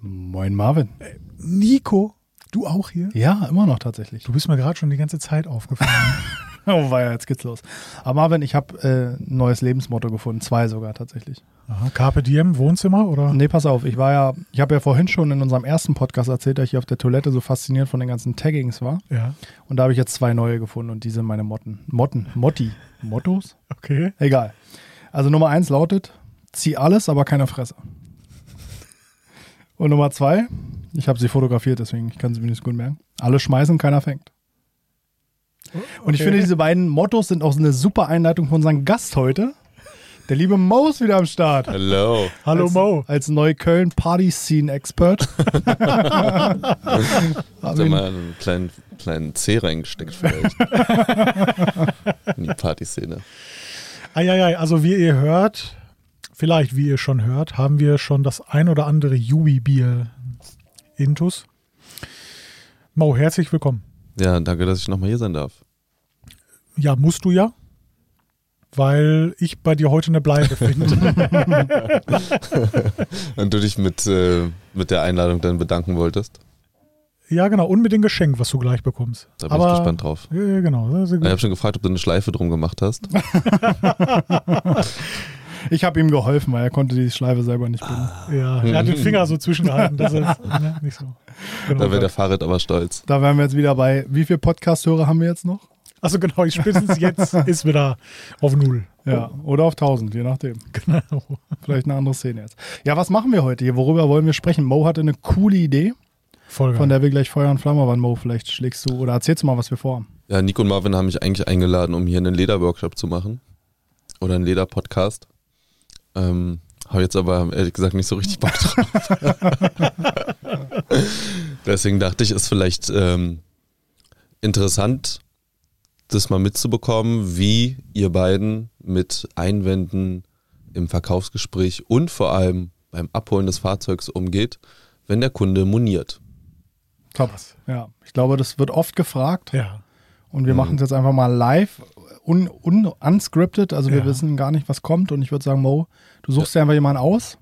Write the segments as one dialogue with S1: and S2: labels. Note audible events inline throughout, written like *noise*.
S1: Moin Marvin.
S2: Nico, du auch hier?
S1: Ja, immer noch tatsächlich. *laughs*
S2: Du bist mir gerade schon die ganze Zeit
S3: *laughs*
S2: aufgefallen.
S1: Oh weia, jetzt geht's los. Aber Marvin, ich habe äh, ein neues Lebensmotto gefunden, zwei sogar tatsächlich.
S2: Aha, Carpe Diem, Wohnzimmer oder?
S1: Nee, pass auf, ich war ja, ich habe ja vorhin schon in unserem ersten Podcast erzählt, dass ich auf der Toilette so fasziniert von den ganzen Taggings war.
S2: Ja,
S1: Und da habe ich jetzt zwei neue gefunden und die sind meine Motten. Motten, Motti. Mottos?
S2: okay.
S1: Egal. Also Nummer eins lautet, zieh alles, aber keine Fresse. Und Nummer zwei, ich habe sie fotografiert, deswegen ich kann sie mir nicht so gut merken. Alle schmeißen, keiner fängt. Und ich
S2: Okay.
S1: finde, diese beiden Mottos sind auch so eine super Einleitung von unserem Gast heute. Der liebe Mo ist wieder am Start.
S3: Hello.
S2: Hallo
S1: als,
S2: Mo.
S1: Als Neukölln Party Scene Expert.
S3: Hat er mal einen kleinen, kleinen Zeh reingesteckt vielleicht. In die Partyszene.
S2: Eieiei, also wie ihr hört, vielleicht wie ihr schon hört, haben wir schon das ein oder andere Yui-Bier intus. Mo, herzlich willkommen.
S3: Ja, danke, dass ich nochmal hier sein darf.
S2: Ja, musst du ja, weil ich bei dir heute eine Bleibe
S3: *laughs*
S2: finde.
S3: Und du dich mit, äh, mit der Einladung dann bedanken wolltest.
S2: ja, genau, unbedingt Geschenk, was du gleich bekommst.
S3: Da bin
S2: Aber,
S3: ich gespannt drauf.
S2: Ja, genau. das ist
S3: Ich
S2: gut.
S3: habe schon gefragt, ob du eine Schleife drum gemacht hast.
S1: Ich habe ihm geholfen, weil er konnte die Schleife selber nicht binden.
S2: Ja, er hat den Finger so zwischengehalten. Das ist
S1: *laughs*
S2: ne, nicht so. Genau.
S3: Da wäre der Fahrrad aber stolz.
S1: Da wären wir jetzt wieder bei, wie viele Podcast-Hörer haben wir jetzt noch?
S2: also genau, ich spätestens
S3: *laughs*
S2: jetzt ist wieder auf Null.
S1: Ja, oder auf 1000, je nachdem.
S2: *laughs* Genau.
S1: Vielleicht eine andere Szene jetzt. Ja, was machen wir heute hier? Worüber wollen wir sprechen? Mo hatte eine coole Idee,
S2: Voll
S1: von
S2: geil.
S1: der wir gleich Feuer und Flamme waren. Mo, vielleicht schlägst du oder erzählst du mal, was wir vorhaben.
S3: Ja, Nico und Marvin haben mich eigentlich eingeladen, um hier einen Lederworkshop zu machen. Oder einen Leder-Podcast. Ähm, habe jetzt aber ehrlich gesagt nicht so richtig Bock drauf. Deswegen dachte ich, ist vielleicht ähm, interessant, das mal mitzubekommen, wie ihr beiden mit Einwänden im Verkaufsgespräch und vor allem beim Abholen des Fahrzeugs umgeht, wenn der Kunde moniert.
S1: Top. Ja, ich glaube, das wird oft gefragt
S2: Ja.
S1: und
S2: Mhm.
S1: wir machen es jetzt einfach mal live, un, un, unscripted. Also wir
S2: Ja.
S1: wissen gar nicht, was kommt und ich würde sagen, Mo, du suchst dir einfach jemanden aus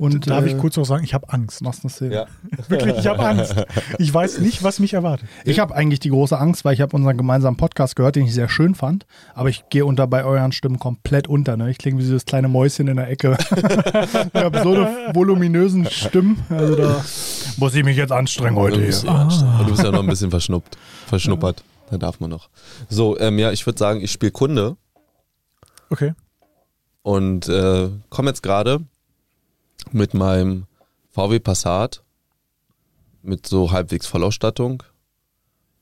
S1: und
S2: Darf
S1: äh,
S2: ich kurz noch sagen, ich habe
S1: *laughs*
S2: Angst.
S1: machst eine Szene.
S2: Wirklich, ich habe Angst. Ich weiß nicht, was mich erwartet.
S1: Ich habe eigentlich die große Angst, weil ich habe unseren gemeinsamen Podcast gehört, den ich sehr schön fand, aber ich gehe unter bei euren Stimmen komplett unter. Ne? Ich klinge wie dieses kleine Mäuschen in der Ecke. ich habe so eine voluminösen Stimmen. Also da muss ich mich jetzt anstrengen heute.
S3: Du bist,
S1: Hier.
S3: ja, aber du bist ja noch ein bisschen verschnuppt, verschnuppert. Da darf man noch. So, ähm, ja, ich würde sagen, ich spiele Kunde
S2: Okay.
S3: und äh, komme jetzt gerade mit meinem VW Passat mit so halbwegs Vollausstattung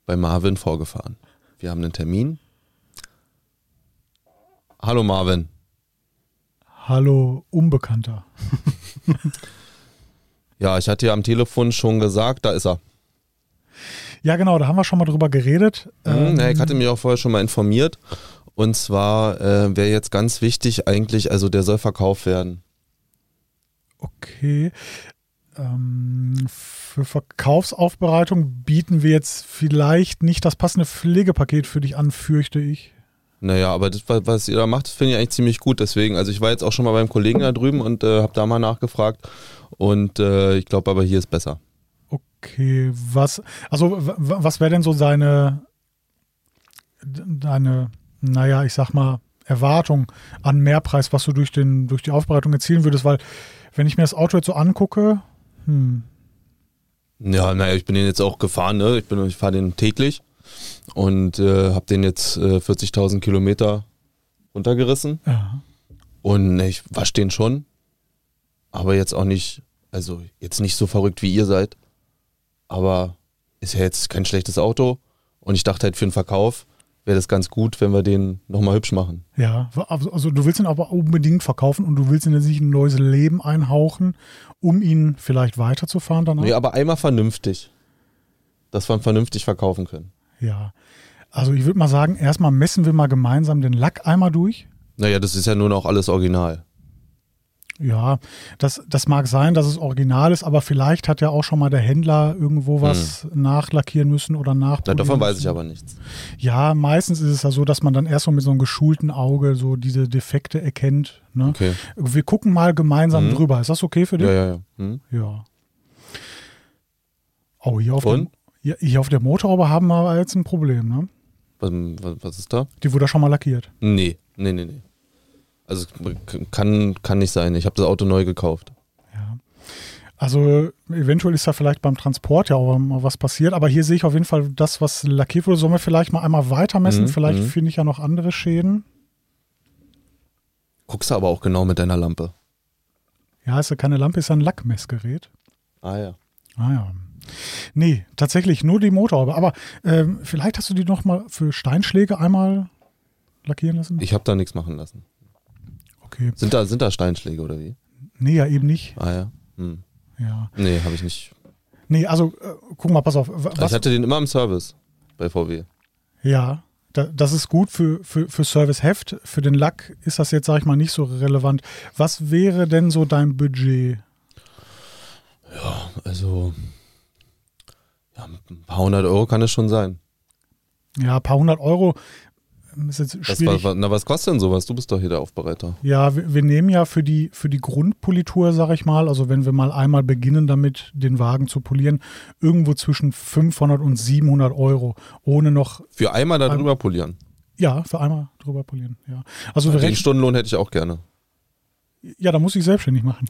S3: bei Marvin vorgefahren. Wir haben einen Termin. Hallo Marvin.
S2: Hallo, Unbekannter.
S3: Ja, ich hatte ja am Telefon schon gesagt, da ist er.
S2: Ja, genau, da haben wir schon mal drüber geredet. Ähm,
S3: Mhm, na, ich hatte mich auch vorher schon mal informiert. Und zwar äh, wäre jetzt ganz wichtig eigentlich, also der soll verkauft werden.
S2: Okay. Ähm, für Verkaufsaufbereitung bieten wir jetzt vielleicht nicht das passende Pflegepaket für dich an, fürchte ich.
S3: Naja, aber das, wa- was ihr da macht, das finde ich eigentlich ziemlich gut. Deswegen, also ich war jetzt auch schon mal beim Kollegen da drüben und äh, habe da mal nachgefragt. Und äh, ich glaube aber, hier ist besser.
S2: Okay, was, also w- w- was wäre denn so seine, d- deine, naja, ich sag mal, Erwartung an Mehrpreis, was du durch, den, durch die Aufbereitung erzielen würdest? Weil, wenn ich mir das Auto jetzt so angucke, hm,
S3: Ja, naja, ich bin den jetzt auch gefahren, ne? Ich, bin- ich fahre den täglich und äh, habe den jetzt äh, 40.000 Kilometer runtergerissen.
S2: ja,
S3: Und ne, ich wasche den schon. Aber jetzt auch nicht, also jetzt nicht so verrückt wie ihr seid. Aber ist ja jetzt kein schlechtes Auto. Und ich dachte halt für den Verkauf wäre das ganz gut, wenn wir den nochmal hübsch machen.
S2: ja, also also du willst ihn aber unbedingt verkaufen und du willst ihn jetzt nicht in ein neues Leben einhauchen, um ihn vielleicht weiterzufahren danach?
S3: Nee, aber einmal vernünftig. Dass wir ihn vernünftig verkaufen können.
S2: Ja. Also ich würde mal sagen, erstmal messen wir mal gemeinsam den Lack einmal durch.
S3: Naja, das ist ja nun auch alles original.
S2: Ja, das, das mag sein, dass es original ist, aber vielleicht hat ja auch schon mal der Händler irgendwo was nachlackieren müssen oder
S3: Hm. Na,
S2: nachpolieren.
S3: davon weiß
S2: müssen.
S3: ich aber nichts.
S2: Ja, meistens ist es ja so, dass man dann erst so mit so einem geschulten Auge so diese Defekte erkennt. Ne?
S3: Okay. Hm.
S2: Wir gucken mal gemeinsam drüber. Ist das okay für dich?
S3: Ja, ja, ja. Hm?
S2: Ja. Oh, hier auf, dem,
S3: Und?
S2: hier, hier auf der Motorhaube haben wir jetzt ein Problem, ne?
S3: Was, was, was ist da?
S2: Die wurde schon mal lackiert.
S3: Nee, nee, nee, nee. Also k- kann, kann nicht sein. Ich habe das Auto neu gekauft.
S2: Ja. Also eventuell ist da vielleicht beim Transport ja auch mal was passiert, aber hier sehe ich auf jeden Fall das, was lackiert wurde. Sollen wir vielleicht mal einmal weitermessen?
S3: Mhm,
S2: Vielleicht
S3: mhm.
S2: finde ich ja noch andere Schäden.
S3: Guckst du aber auch genau mit deiner Lampe.
S2: Ja, ist ja keine Lampe, ist ja ein Lackmessgerät.
S3: Ah ja.
S2: Ah ja. Nee, tatsächlich nur die Motorhaube. Aber ähm, vielleicht hast du die noch mal für Steinschläge einmal lackieren lassen?
S3: Ich habe da nichts machen lassen.
S2: Okay.
S3: Sind da, sind da Steinschläge oder wie?
S2: Nee, ja eben nicht.
S3: Ah ja. Hm.
S2: Ja.
S3: Nee, habe ich nicht.
S2: Nee, also äh, guck mal, pass auf. Wa- Was,
S3: Also Ich hatte den immer im Service bei VW.
S2: Ja, da, das ist gut für, für, für Serviceheft. Für den Lack ist das jetzt, sag ich mal, nicht so relevant. Was wäre denn so dein Budget?
S3: Also ja, ein paar hundert Euro kann es schon sein.
S2: Ja, ein paar hundert Euro ähm, ist jetzt
S3: Was, wa-
S2: schwierig.
S3: wa- na, was kostet denn sowas? Du bist doch hier der Aufbereiter.
S2: Ja, wir, wir nehmen ja für die, für die Grundpolitur, sag ich mal, also wenn wir mal einmal beginnen damit, den Wagen zu polieren, irgendwo zwischen 500 und 700 Euro, ohne noch,
S3: Für einmal da drüber polieren.
S2: ja, für einmal drüber polieren, ja. Also wir
S3: Den
S2: rechnen,
S3: Stundenlohn hätte ich auch gerne.
S2: ja, da muss ich selbstständig machen.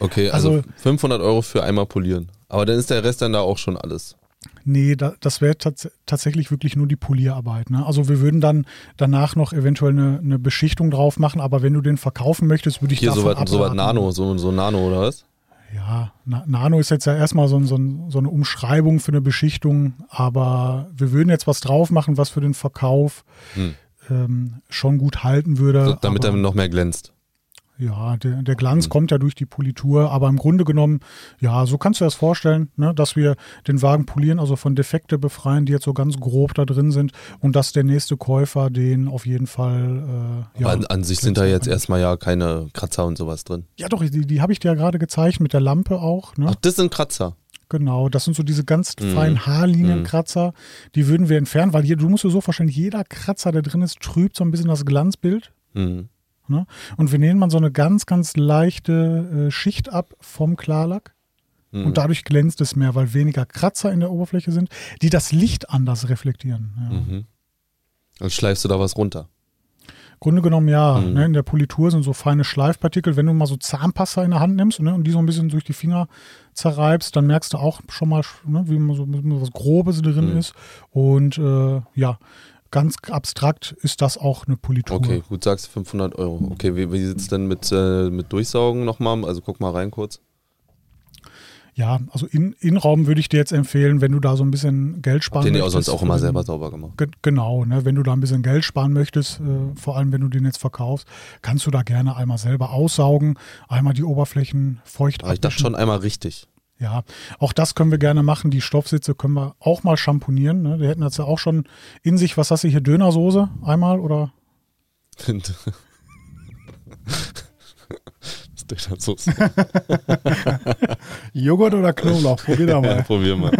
S3: Okay, also,
S2: Also-
S3: 500 Euro für einmal polieren. Aber dann ist der Rest dann da auch schon alles.
S2: Nee, da, das wäre tats tatsächlich wirklich nur die Polierarbeit. Ne? Also wir würden dann danach noch eventuell eine, eine Beschichtung drauf machen, aber wenn du den verkaufen möchtest, würde ich
S3: Hier
S2: davon
S3: so was, so was
S2: abraten. Äh,
S3: Nano, so, so Nano oder was?
S2: Ja, Na Nano ist jetzt ja erstmal so, ein- so, ein- so eine Umschreibung für eine Beschichtung, aber wir würden jetzt was drauf machen, was für den Verkauf
S3: Hm.
S2: ähm, schon gut halten würde.
S3: So, damit er
S2: aber,
S3: noch mehr glänzt.
S2: ja, der, der Glanz kommt ja durch die Politur, aber im Grunde genommen, ja, so kannst du dir das vorstellen, ne, dass wir den Wagen polieren, also von Defekte befreien, die jetzt so ganz grob da drin sind und dass der nächste Käufer den auf jeden Fall. Äh, ja,
S3: Aber an, an sich sind da jetzt erstmal ja keine Kratzer und sowas drin.
S2: ja, doch, die, die habe ich dir ja gerade gezeigt mit der Lampe auch. Ne?
S3: Ach, das sind Kratzer.
S2: Genau, das sind so diese ganz
S3: Mhm.
S2: feinen Haarlinienkratzer, die würden wir entfernen, weil hier, du musst dir so vorstellen, jeder Kratzer, der drin ist, trübt so ein bisschen das Glanzbild.
S3: Hm.
S2: Ne? Und wir nähen mal so eine ganz, ganz leichte äh, Schicht ab vom Klarlack.
S3: Hm.
S2: Und dadurch glänzt es mehr, weil weniger Kratzer in der Oberfläche sind, die das Licht anders reflektieren. Ja.
S3: Mhm. Dann schleifst du da was runter.
S2: Grunde genommen ja.
S3: Mhm.
S2: Ne, in der Politur sind so feine Schleifpartikel. Wenn du mal so Zahnpasta in der Hand nimmst ne, und die so ein bisschen durch die Finger zerreibst, dann merkst du auch schon mal, ne, wie immer so ein bisschen was Grobes drin
S3: Mhm.
S2: ist. Und äh, ja, ganz abstrakt ist das auch eine Politur.
S3: Okay, gut, sagst du 500 Euro. Okay, wie, wie sieht's denn mit, äh, mit Durchsaugen nochmal? Also guck mal rein kurz.
S2: Ja, also in, Innenraum würde ich dir jetzt empfehlen, wenn du da so ein bisschen Geld sparen
S3: Den ihr auch
S2: möchtest.
S3: sonst auch immer
S2: ähm,
S3: selber sauber gemacht.
S2: Ge- Genau, ne? wenn du da ein bisschen Geld sparen möchtest, äh, vor allem wenn du den jetzt verkaufst, kannst du da gerne einmal selber aussaugen, einmal die Oberflächen feucht
S3: Aber Ah, ich dachte
S2: abwischen.
S3: schon einmal richtig.
S2: Ja, auch das können wir gerne machen. Die Stoffsitze können wir auch mal schamponieren. Ne? Wir hätten das ja auch schon in sich. Was hast du hier? Dönersoße einmal oder? *laughs*
S3: das ist
S2: *laughs*
S3: doch so.
S1: Joghurt oder Knoblauch? Probier da
S3: Ja, *laughs*
S1: mal.
S3: probier mal.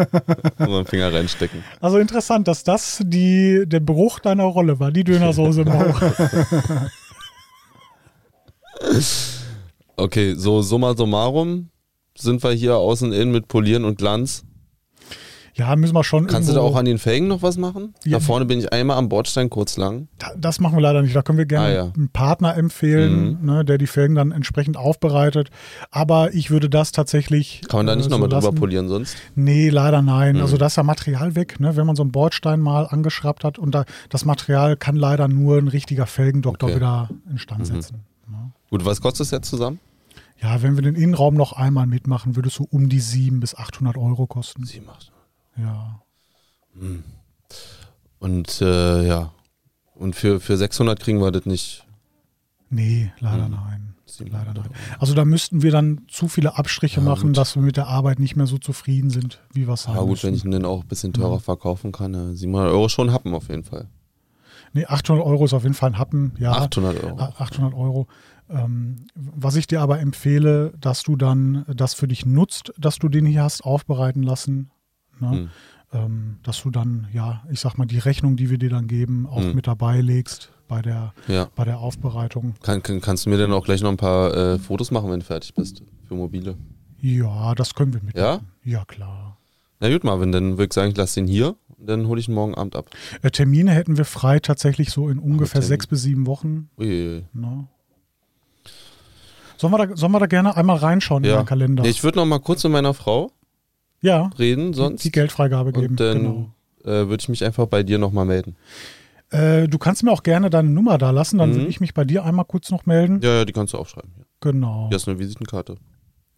S3: Nur mal einen Finger reinstecken.
S2: Also interessant, dass das die, der Bruch deiner Rolle war, die Dönersoße im Bauch.
S3: Okay, so summa summarum sind wir hier außen innen mit Polieren und Glanz.
S2: *laughs* Ja, müssen wir schon.
S3: Kannst du da
S2: irgendwo-
S3: auch an den Felgen noch was machen?
S2: Genau. Ja.
S3: Da vorne bin ich einmal am Bordstein kurz lang.
S2: Da- Das machen wir leider nicht. Da können wir gerne
S3: Ah, ja. Mhm.
S2: einen Partner empfehlen, ne, der die Felgen dann entsprechend aufbereitet. Aber ich würde das tatsächlich.
S3: Kann man da
S2: äh,
S3: nicht
S2: so
S3: nochmal drüber Mhm.
S2: lassen.
S3: polieren sonst?
S2: Nee, leider nein. Also da ist ja Material weg, ne? wenn man so einen Bordstein mal angeschraubt hat und da, das Material kann leider nur ein richtiger Felgendoktor
S3: Okay. Mhm.
S2: wieder instand setzen.
S3: Gut, was kostet es jetzt zusammen?
S2: Ja, wenn wir den Innenraum noch einmal mitmachen, würdest du um die 700 bis 800 Euro kosten.
S3: Sie macht.
S2: Ja.
S3: Und äh, ja. Und für, für 600 kriegen wir das nicht.
S2: Nee, leider
S3: Mhm.
S2: nein.
S3: Sie
S2: Leider
S3: macht das.
S2: nein. Also da müssten wir dann zu viele Abstriche
S3: Ja,
S2: machen,
S3: gut.
S2: dass wir mit der Arbeit nicht mehr so zufrieden sind, wie wir es haben.
S3: Ja gut, wenn ich
S2: Ah, müssen.
S3: ihn dann auch ein bisschen teurer verkaufen kann. ja, 700 Euro schon happen auf jeden Fall.
S2: Nee, 800 Euro ist auf jeden Fall ein Happen. Ja,
S3: 800 Euro.
S2: Ah, 800 Euro. Ähm, was ich dir aber empfehle, dass du dann das für dich nutzt, dass du den hier hast aufbereiten lassen. Ne?
S3: Hm.
S2: Ähm, dass du dann, ja, ich sag mal, die Rechnung, die wir dir dann geben, auch
S3: Hm.
S2: mit dabei legst bei der,
S3: Ja.
S2: bei der Aufbereitung.
S3: Kann, kann, kannst du mir dann auch gleich noch ein paar äh, Fotos machen, wenn du fertig bist? Für mobile.
S2: Ja, das können wir mit.
S3: Ja?
S2: Ja, klar.
S3: Na gut, Marvin, dann würde ich sagen, ich lasse den hier und dann hole ich ihn morgen Abend ab.
S2: Äh, Termine hätten wir frei tatsächlich so in ungefähr
S3: Termin.
S2: sechs bis sieben Wochen.
S3: Ui.
S2: Ne? Sollen, wir da, sollen wir da gerne einmal reinschauen in
S3: Ja.
S2: den Kalender?
S3: Nee, ich würde noch mal kurz mit meiner Frau
S2: ja,
S3: reden, sonst.
S2: die Geldfreigabe geben.
S3: und dann
S2: genau.
S3: äh, würde ich mich einfach bei dir nochmal melden.
S2: äh, du kannst mir auch gerne deine Nummer da lassen, dann
S3: Mhm.
S2: würde ich mich bei dir einmal kurz noch melden.
S3: Ja, ja, die kannst du aufschreiben. Ja.
S2: Genau.
S3: Hier ist eine Visitenkarte.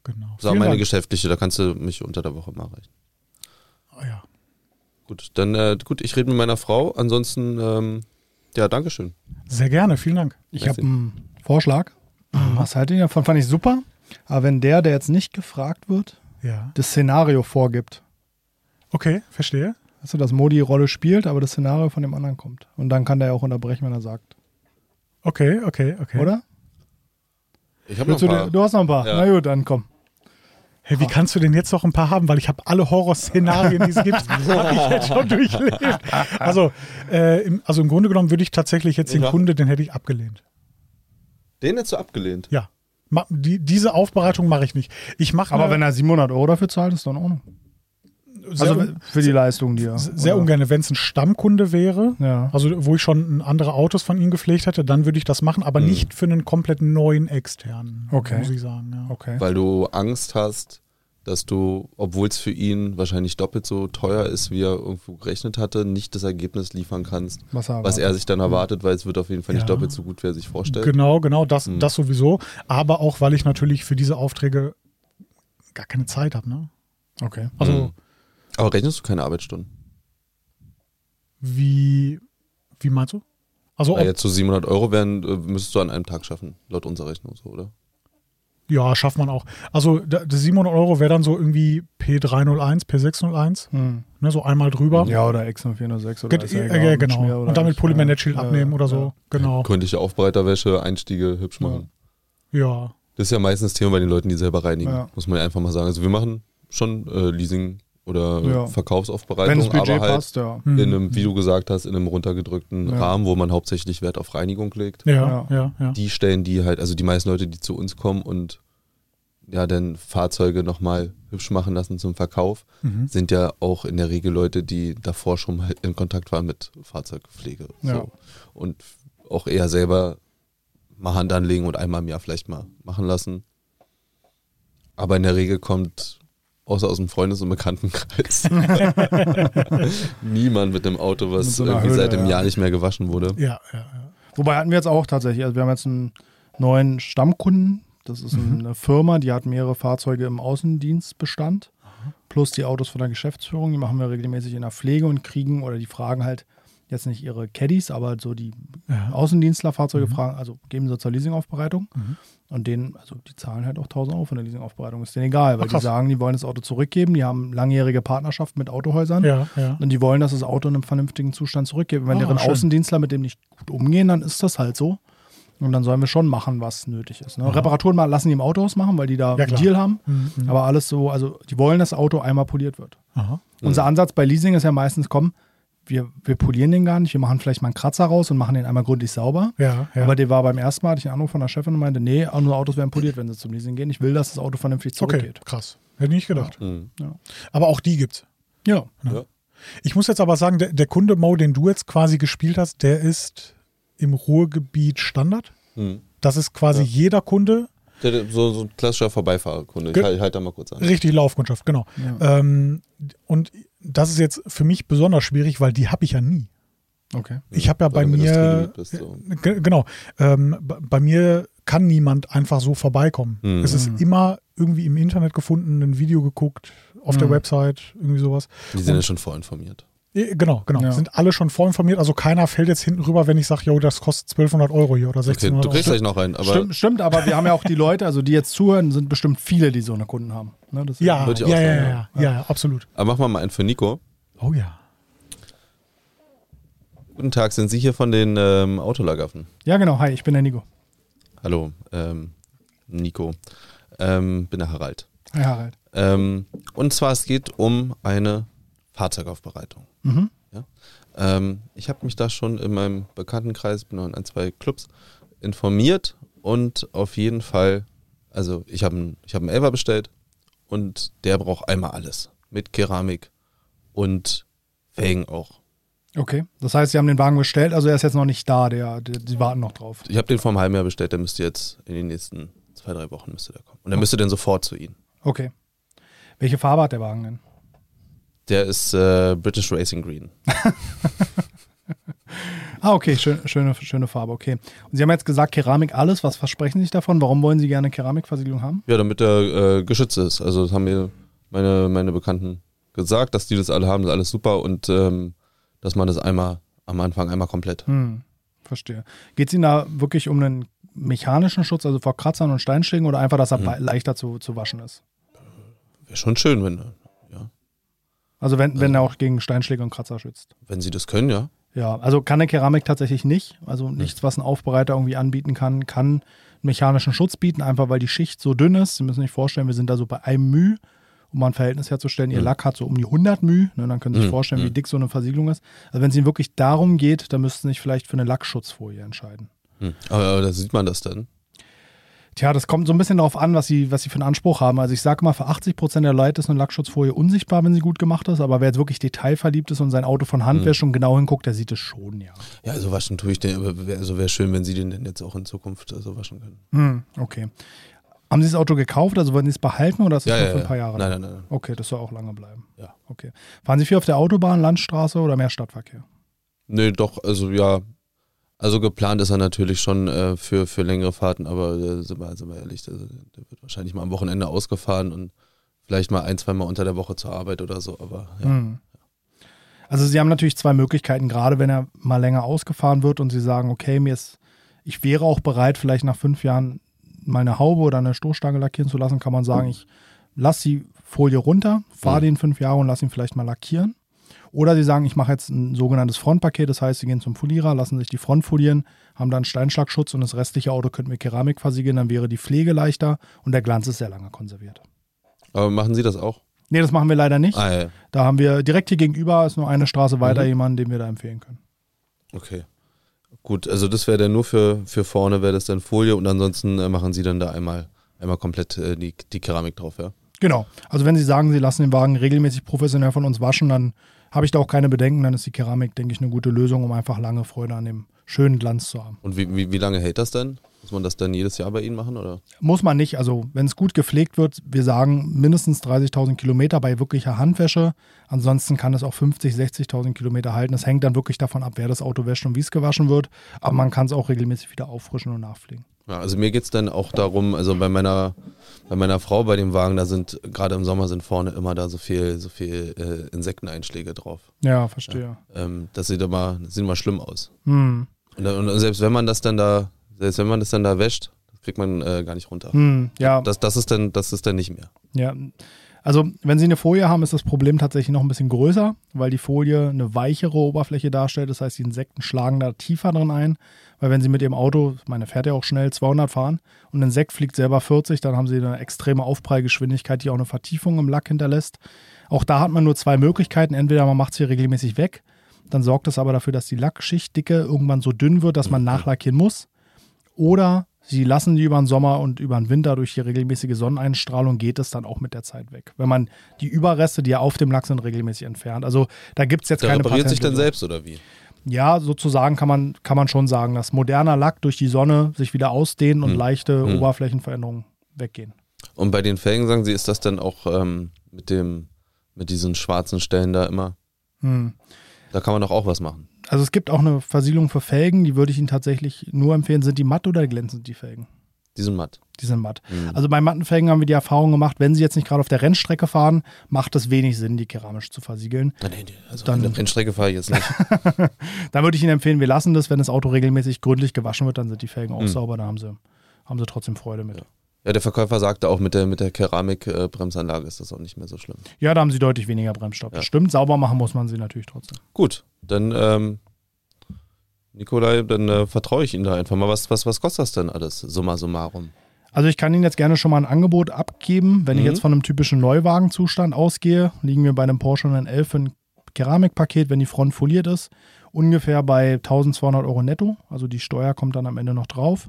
S2: genau.
S3: Sag
S2: Vielen
S3: meine
S2: Dank.
S3: geschäftliche, da kannst du mich unter der Woche mal erreichen.
S2: Ah, ja.
S3: Gut, dann äh, gut, ich rede mit meiner Frau. Ansonsten, ähm, ja, Dankeschön.
S2: Sehr gerne, vielen Dank.
S1: Ich
S3: Merci.
S1: habe einen Vorschlag. Was haltet ihr davon? Fand ich super. Aber wenn der, der jetzt nicht gefragt wird,
S2: Ja.
S1: das Szenario vorgibt,
S2: Okay, verstehe.
S1: also dass Modi die Rolle spielt, aber das Szenario von dem anderen kommt. Und dann kann der ja auch unterbrechen, wenn er sagt.
S2: Okay, okay, okay.
S1: Oder?
S3: Ich habe noch
S1: Willst
S3: ein
S1: du,
S3: paar.
S1: dir- du hast noch ein paar.
S3: Ja.
S1: Na gut, dann komm.
S2: Hey, wie kannst du denn jetzt noch ein paar haben? Weil ich habe alle Horrorszenarien, die
S1: *laughs*
S2: es gibt, habe ich jetzt schon durchlebt. Also, äh, im, also im Grunde genommen würde ich tatsächlich jetzt den
S3: Ja.
S2: Kunde, den hätte ich abgelehnt.
S3: Den hättest du abgelehnt.
S2: Ja. Ma- Die, diese Aufbereitung mache ich nicht. Ich mache
S1: Aber wenn
S2: eine
S1: er 700 Euro dafür zahlt, ist dann auch noch.
S2: sehr,
S1: Also für die Leistung, die er.
S2: sehr
S1: oder-
S2: ungern, wenn es ein Stammkunde wäre,
S1: Ja.
S2: also wo ich schon andere Autos von Ihnen gepflegt hätte, dann würde ich das machen, aber nicht für einen komplett neuen externen,
S1: Mhm. Okay.
S2: muss ich sagen. Ja.
S1: Okay.
S3: Weil du Angst hast, dass du, obwohl es für ihn wahrscheinlich doppelt so teuer ist, wie er irgendwo gerechnet hatte, nicht das Ergebnis liefern kannst,
S1: Was er
S3: was
S1: erwartet.
S3: er sich dann erwartet, weil es wird auf jeden Fall nicht
S2: Ja.
S3: doppelt so gut, wie er sich vorstellt.
S2: Genau, genau, das, das sowieso. Aber auch, weil ich natürlich für diese Aufträge gar keine Zeit habe. Ne?
S1: Okay.
S2: Also
S3: Mhm. Aber rechnest du keine Arbeitsstunden?
S2: wie, wie meinst du?
S1: Oh.
S2: Also
S3: Weil
S2: ob,
S3: jetzt so 700 Euro wären, äh, müsstest du an einem Tag schaffen, laut unserer Rechnung so, oder?
S2: ja, schafft man auch. Also da- das 700 Euro wäre dann so irgendwie P301, P601,
S1: Hm.
S2: ne, so einmal drüber.
S1: Ja, oder X0406 oder
S2: Ge-
S1: ist ja
S2: äh,
S1: egal,
S2: ja,
S1: mit
S2: genau.
S1: Schmier oder
S2: Und damit
S1: nicht.
S2: Polymer-Net-Shield
S1: Ja,
S2: abnehmen
S1: ja,
S2: oder so. Genau.
S3: Könnte ich Aufbereiterwäsche, Einstiege hübsch machen.
S2: Ja.
S3: Das ist ja meistens das Thema bei den Leuten, die selber reinigen,
S1: Ja.
S3: muss man ja einfach mal sagen. Also wir machen schon äh, Leasing oder
S1: Ja. Ja. Wenn
S3: Verkaufsaufbereitung,
S1: das Budget
S3: aber halt
S1: passt, ja.
S2: Hm.
S3: in einem, wie du gesagt hast, in einem runtergedrückten
S1: Ja.
S3: Rahmen, wo man hauptsächlich Wert auf Reinigung legt.
S2: Ja, ja, ja.
S3: Die Stellen, die halt, also die meisten Leute, die zu uns kommen und ja, dann Fahrzeuge nochmal hübsch machen lassen zum Verkauf,
S2: Mhm.
S3: sind ja auch in der Regel Leute, die davor schon mal in Kontakt waren mit Fahrzeugpflege.
S1: Ja.
S3: So. Und auch eher selber mal Hand anlegen und einmal im Jahr vielleicht mal machen lassen. Aber in der Regel kommt, außer aus dem Freundes- und
S1: *laughs*
S3: Bekanntenkreis, niemand mit einem Auto, was
S1: Mit so einer
S3: irgendwie
S1: Hülle,
S3: seit einem
S1: ja.
S3: Jahr nicht mehr gewaschen wurde.
S2: Ja, ja, ja.
S1: Wobei hatten wir jetzt auch tatsächlich, also wir haben jetzt einen neuen Stammkunden. Das ist
S2: Mhm.
S1: eine Firma, die hat mehrere Fahrzeuge im Außendienstbestand. Plus die Autos von der Geschäftsführung, die machen wir regelmäßig in der Pflege und kriegen oder die fragen halt jetzt nicht ihre Caddies, aber so die
S2: ja.
S1: Außendienstlerfahrzeuge fragen, also geben sie zur Leasingaufbereitung.
S2: Mhm.
S1: Und denen, also die zahlen halt auch 1000 Euro von der Leasingaufbereitung. Ist denen egal, weil
S2: Ach,
S1: die
S2: krass.
S1: sagen, die wollen das Auto zurückgeben. Die haben langjährige Partnerschaft mit Autohäusern.
S2: Ja, ja.
S1: Und die wollen, dass das Auto in einem vernünftigen Zustand zurückgeht. Wenn
S2: Ah,
S1: deren
S2: schön.
S1: Außendienstler mit dem nicht gut umgehen, dann ist das halt so. Und dann sollen wir schon machen, was nötig ist. Ne? Reparaturen mal lassen die im Autohaus machen, weil die da
S2: Ja,
S1: einen
S2: klar.
S1: Deal haben.
S2: Mhm, mhm.
S1: Aber alles so, also die wollen, dass das Auto einmal poliert wird.
S2: Aha.
S1: Unser Ansatz bei Leasing ist ja meistens, komm, wir, wir polieren den gar nicht, wir machen vielleicht mal einen Kratzer raus und machen den einmal gründlich sauber.
S2: Ja, ja.
S1: Aber der war beim ersten Mal, hatte ich einen Anruf von der Chefin und meinte, nee, unsere Autos werden poliert, wenn sie zum Leasing gehen. Ich will, dass das Auto vernünftig
S2: okay,
S1: zurückgeht.
S2: krass. Hätte ich nicht gedacht.
S3: Mhm.
S2: Aber auch die gibt's.
S1: Ja.
S2: Äh,
S3: Ja.
S2: Ich muss jetzt aber sagen, der, der Kunde Mo, den du jetzt quasi gespielt hast, der ist im Ruhrgebiet Standard.
S3: Mhm.
S2: Das ist quasi jeder Kunde.
S3: Der- der- So, so ein klassischer Vorbeifahrerkunde. Ich
S2: Ge-
S3: halte halt da mal kurz an.
S2: Richtig Laufkundschaft, genau. Ähm, und das ist jetzt für mich besonders schwierig, weil die habe ich ja nie.
S1: Okay.
S2: Ich habe ja bei
S3: Weil du im
S2: mir,
S3: Industriegebiet bist, so.
S2: Ge- genau, ähm, b- bei mir kann niemand einfach so vorbeikommen.
S3: Mhm.
S2: Es ist immer irgendwie im Internet gefunden, ein Video geguckt, auf der Website, irgendwie sowas.
S3: Die sind ja schon vorinformiert.
S2: Eh, Genau, genau.
S1: Ja.
S2: Sind alle schon vorinformiert. Also keiner fällt jetzt hinten rüber, wenn ich sage, yo, das kostet 1200 Euro hier oder
S3: Okay,
S2: 1600
S3: du kriegst
S2: Euro.
S3: gleich noch einen, aber
S1: stimmt, stimmt, aber wir haben ja auch die Leute, also die jetzt zuhören, sind bestimmt viele, die so eine Kunden haben. Ne, das-
S2: Ja,
S3: Würde
S2: ja,
S3: ich auch
S2: ja,
S3: sagen,
S2: ja,
S3: ja.
S2: ja, ja, ja, absolut.
S3: Aber machen wir Ah, mal einen für Nico.
S2: Oh ja.
S3: Guten Tag, sind Sie hier von den ähm, Autolagaffen?
S1: ja, genau. Hi, ich bin der Nico.
S3: Hallo, ähm, Nico. Ähm, bin der Harald.
S1: Hi, Harald.
S3: Ähm, und zwar, es geht um eine Fahrzeugaufbereitung.
S1: Mhm.
S3: Ja? Ähm, ich habe mich da schon in meinem Bekanntenkreis, bin noch in ein, zwei Clubs, informiert und auf jeden Fall, also ich habe einen ich hab einen Elfer bestellt und der braucht einmal alles. Mit Keramik und Felgen auch.
S1: Okay. Das heißt, Sie haben den Wagen bestellt, also er ist jetzt noch nicht da, der, der, Sie warten noch drauf.
S3: Ich habe den vor einem halben Jahr bestellt, der müsste jetzt in den nächsten zwei, drei Wochen müsste der kommen. Und der müsste dann sofort zu Ihnen.
S1: Okay. Welche Farbe hat der Wagen denn?
S3: Der ist äh, British Racing Green.
S1: Ah, okay, schön, schöne, schöne Farbe, okay. Und Sie haben jetzt gesagt, Keramik alles, was versprechen Sie sich davon? Warum wollen Sie gerne Keramikversiegelung haben?
S3: Ja, damit er äh, geschützt ist. Also das haben mir meine, meine Bekannten gesagt, dass die das alle haben, das ist alles super und ähm, dass man das einmal am Anfang einmal komplett.
S1: Hm, verstehe. Geht es Ihnen da wirklich um einen mechanischen Schutz, also vor Kratzern und Steinschlägen oder einfach, dass er
S3: Mhm.
S1: bei- leichter zu, zu waschen ist?
S3: Wäre schon schön, wenn,
S1: Also wenn, wenn er auch gegen Steinschläge und Kratzer schützt.
S3: wenn sie das können, ja.
S1: Ja, also kann eine Keramik tatsächlich nicht. Also nichts, was ein Aufbereiter irgendwie anbieten kann, kann einen mechanischen Schutz bieten, einfach weil die Schicht so dünn ist. Sie müssen sich vorstellen, wir sind da so bei einem Müh, um mal ein Verhältnis herzustellen. Ihr
S3: Mhm.
S1: Lack hat so um die 100 Müh. Ne, dann können Sie sich
S3: Mhm,
S1: vorstellen, wie
S3: mhm.
S1: dick so eine Versiegelung ist. Also wenn es Ihnen wirklich darum geht, dann müssten Sie sich vielleicht für eine Lackschutzfolie entscheiden.
S3: Hm. Aber, aber da sieht man das dann.
S1: Tja, das kommt so ein bisschen darauf an, was sie, was sie für einen Anspruch haben. Also ich sage mal, für 80 Prozent der Leute ist eine Lackschutzfolie unsichtbar, wenn sie gut gemacht ist. Aber wer jetzt wirklich detailverliebt ist und sein Auto von Hand
S3: Mhm.
S1: wäscht und genau hinguckt, der sieht es schon, ja.
S3: Ja, also waschen tue ich den, aber wär, also wäre schön, wenn sie den denn jetzt auch in Zukunft also waschen können.
S1: Hm, okay. Haben Sie das Auto gekauft? Also wollen Sie es behalten oder ist es
S3: ja,
S1: schon
S3: ja,
S1: für ein
S3: ja.
S1: paar Jahre?
S3: Nein, nein, nein. nein.
S1: Okay, das soll auch lange bleiben.
S3: Ja.
S1: Okay. Fahren Sie viel auf der Autobahn, Landstraße oder mehr Stadtverkehr?
S3: Nee, doch, also ja. Also geplant ist er natürlich schon äh, für, für längere Fahrten, aber äh, sind, wir, sind wir ehrlich, der, der wird wahrscheinlich mal am Wochenende ausgefahren und vielleicht mal ein, zweimal unter der Woche zur Arbeit oder so, aber ja.
S1: Hm. Also Sie haben natürlich zwei Möglichkeiten, gerade wenn er mal länger ausgefahren wird und Sie sagen, okay, mir ist, ich wäre auch bereit, vielleicht nach fünf Jahren mal eine Haube oder eine Stoßstange lackieren zu lassen, kann man sagen, ich lasse die Folie runter, fahre
S3: Mhm.
S1: den fünf Jahre und lasse ihn vielleicht mal lackieren. Oder Sie sagen, ich mache jetzt ein sogenanntes Frontpaket, das heißt, Sie gehen zum Folierer, lassen sich die Front folieren, haben dann Steinschlagschutz und das restliche Auto könnten wir Keramik versiegeln, dann wäre die Pflege leichter und der Glanz ist sehr lange konserviert.
S3: Aber machen Sie das auch?
S1: Nee, das machen wir leider nicht.
S3: Ah, ja.
S1: Da haben wir direkt hier gegenüber, ist nur eine Straße weiter
S3: Mhm.
S1: jemanden, den wir da empfehlen können.
S3: Okay. Gut, also das wäre dann nur für, für vorne, wäre das dann Folie und ansonsten äh, machen Sie dann da einmal, einmal komplett äh, die, die Keramik drauf, ja?
S1: Genau. Also wenn Sie sagen, Sie lassen den Wagen regelmäßig professionell von uns waschen, dann habe ich da auch keine Bedenken. Dann ist die Keramik, denke ich, eine gute Lösung, um einfach lange Freude an dem schönen Glanz zu haben.
S3: Und wie, wie, wie lange hält das denn? Muss man das dann jedes Jahr bei Ihnen machen, oder?
S1: Muss man nicht. Also wenn es gut gepflegt wird, wir sagen mindestens 30.000 Kilometer bei wirklicher Handwäsche. Ansonsten kann es auch 50.000, 60.000 Kilometer halten. Es hängt dann wirklich davon ab, wer das Auto wäscht und wie es gewaschen wird. Aber man kann es auch regelmäßig wieder auffrischen und nachpflegen.
S3: Ja, also mir geht's dann auch darum, also bei meiner, bei meiner Frau bei dem Wagen, da sind, gerade im Sommer sind vorne immer da so viel, so viel äh, Insekteneinschläge drauf.
S1: Ja, verstehe.
S3: Ähm, das sieht immer, das sieht immer schlimm aus.
S1: Hm.
S3: Und, dann- und selbst wenn man das dann da, selbst wenn man das dann da wäscht, das kriegt man äh, gar nicht runter.
S1: Hm. Ja,
S3: Das, das ist dann, das ist dann nicht mehr.
S1: Ja, also wenn Sie eine Folie haben, ist das Problem tatsächlich noch ein bisschen größer, weil die Folie eine weichere Oberfläche darstellt. Das heißt, die Insekten schlagen da tiefer drin ein, weil wenn Sie mit Ihrem Auto, ich meine, fährt ja auch schnell 200 fahren und ein Insekt fliegt selber 40, dann haben Sie eine extreme Aufprallgeschwindigkeit, die auch eine Vertiefung im Lack hinterlässt. Auch da hat man nur zwei Möglichkeiten. Entweder man macht es hier regelmäßig weg, dann sorgt es aber dafür, dass die Lackschichtdicke irgendwann so dünn wird, dass man nachlackieren muss. Oder sie lassen die über den Sommer und über den Winter durch die regelmäßige Sonneneinstrahlung geht es dann auch mit der Zeit weg. Wenn man die Überreste, die ja auf dem Lack sind, regelmäßig entfernt. Also da gibt es jetzt
S3: Der
S1: keine
S3: repariert sich dann
S1: Patentlösung.
S3: selbst, oder wie?
S1: Ja, sozusagen kann man, kann man schon sagen, dass moderner Lack durch die Sonne sich wieder ausdehnen und
S3: Hm.
S1: leichte
S3: Hm.
S1: Oberflächenveränderungen weggehen.
S3: Und bei den Felgen, sagen Sie, ist das dann auch ähm, mit dem, mit diesen schwarzen Stellen da immer,
S1: Hm.
S3: da kann man doch auch was machen.
S1: Also es gibt auch eine Versiegelung für Felgen, die würde ich Ihnen tatsächlich nur empfehlen. Sind die matt oder glänzend die Felgen?
S3: Die sind matt.
S1: Die sind matt.
S3: Mhm.
S1: Also bei matten Felgen haben wir die Erfahrung gemacht, wenn Sie jetzt nicht gerade auf der Rennstrecke fahren, macht es wenig Sinn, die keramisch zu versiegeln.
S3: Nee, nee, also
S1: Dann-
S3: dann, in Rennstrecke fahre ich jetzt nicht.
S1: Dann würde ich Ihnen empfehlen, wir lassen das, wenn das Auto regelmäßig gründlich gewaschen wird, dann sind die Felgen auch
S3: Mhm.
S1: sauber, da haben Sie, haben Sie trotzdem Freude mit. Ja.
S3: Ja, der Verkäufer sagte auch, mit der, mit der Keramik-Bremsanlage ist das auch nicht mehr so schlimm.
S1: da haben Sie deutlich weniger Bremsstaub.
S3: Ja.
S1: Das stimmt, sauber machen muss man sie natürlich trotzdem.
S3: Gut, dann, ähm, Nikolai, dann äh, vertraue ich Ihnen da einfach mal. Was, was, was kostet das denn alles, summa summarum?
S1: Also ich kann Ihnen jetzt gerne schon mal ein Angebot abgeben. Wenn ich
S3: Mhm.
S1: jetzt von einem typischen Neuwagenzustand ausgehe, liegen wir bei einem Porsche 911 für ein Keramikpaket, wenn die Front foliert ist, ungefähr bei 1200 Euro netto. Also die Steuer kommt dann am Ende noch drauf.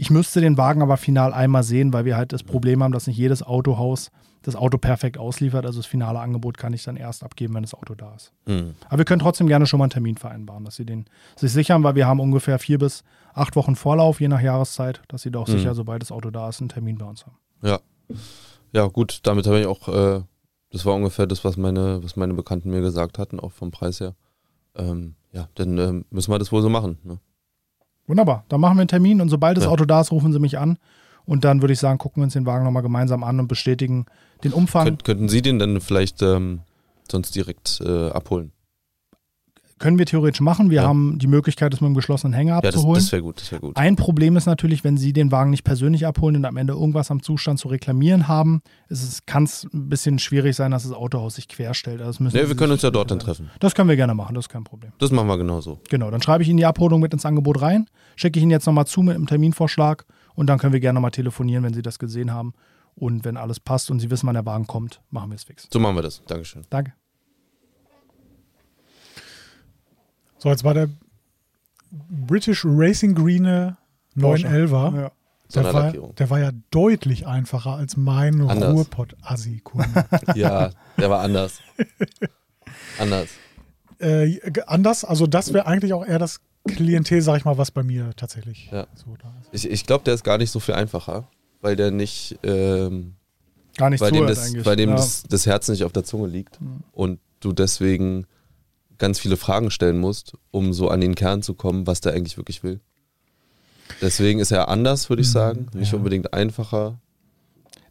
S1: Ich müsste den Wagen aber final einmal sehen, weil wir halt das Problem haben, dass nicht jedes Autohaus das Auto perfekt ausliefert. Also das finale Angebot kann ich dann erst abgeben, wenn das Auto da ist.
S3: Hm.
S1: Aber wir können trotzdem gerne schon mal einen Termin vereinbaren, dass sie den sich sichern, weil wir haben ungefähr vier bis acht Wochen Vorlauf, je nach Jahreszeit, dass sie da auch
S3: Mhm.
S1: sicher, sobald das Auto da ist, einen Termin bei uns haben.
S3: Ja, gut, damit habe ich auch, äh, das war ungefähr das, was meine, was meine Bekannten mir gesagt hatten, auch vom Preis her. Ähm, ja, dann ähm, müssen wir das wohl so machen. Ne?
S1: Wunderbar, dann machen wir einen Termin und sobald das
S3: Ja.
S1: Auto da ist, rufen sie mich an. Und dann würde ich sagen, gucken wir uns den Wagen nochmal gemeinsam an und bestätigen den Umfang.
S3: Könnt, könnten Sie den dann vielleicht ähm, sonst direkt äh, abholen?
S1: können wir theoretisch machen. Wir
S3: Ja.
S1: haben die Möglichkeit, das mit einem geschlossenen Hänger
S3: Ja, das,
S1: abzuholen.
S3: das wäre gut, das wäre gut.
S1: Ein Problem ist natürlich, wenn Sie den Wagen nicht persönlich abholen und am Ende irgendwas am Zustand zu reklamieren haben, kann es ein bisschen schwierig sein, dass das Autohaus sich querstellt. Also das müssen
S3: Ne,
S1: Sie
S3: wir können
S1: sich
S3: uns ja dort dann
S1: sicher
S3: treffen.
S1: sein. Das können wir gerne machen, das ist kein Problem.
S3: Das machen wir genauso.
S1: Genau, dann schreibe ich Ihnen die Abholung mit ins Angebot rein, schicke ich Ihnen jetzt nochmal zu mit einem Terminvorschlag und dann können wir gerne nochmal telefonieren, wenn Sie das gesehen haben. Und wenn alles passt und Sie wissen, wann der Wagen kommt, machen wir es fix.
S3: So machen wir das. Dankeschön.
S1: Danke.
S2: So, jetzt war der British Racing Greene
S1: Porsche.
S2: 911er.
S1: Ja.
S2: Der war,
S3: Sonderlackierung.
S2: der war ja deutlich einfacher als mein
S3: Anders. *laughs*
S2: Ruhrpott-Assi-Kunde.
S3: Ja, der war anders. anders.
S2: äh, g- anders, also das wäre eigentlich auch eher das Klientel, sag ich mal, was bei mir tatsächlich
S3: Ja.
S2: so da ist.
S3: Ich, ich glaube, der ist gar nicht so viel einfacher, weil der nicht, ähm,
S1: Gar nicht
S3: bei dem,
S1: zuhört
S3: das,
S1: eigentlich.
S3: bei dem
S1: ja.
S3: das, das Herz nicht auf der Zunge liegt
S2: Mhm.
S3: und du deswegen ganz viele Fragen stellen musst, um so an den Kern zu kommen, was der eigentlich wirklich will. Deswegen ist er anders,
S2: Mhm.
S3: würde ich sagen. Nicht unbedingt einfacher.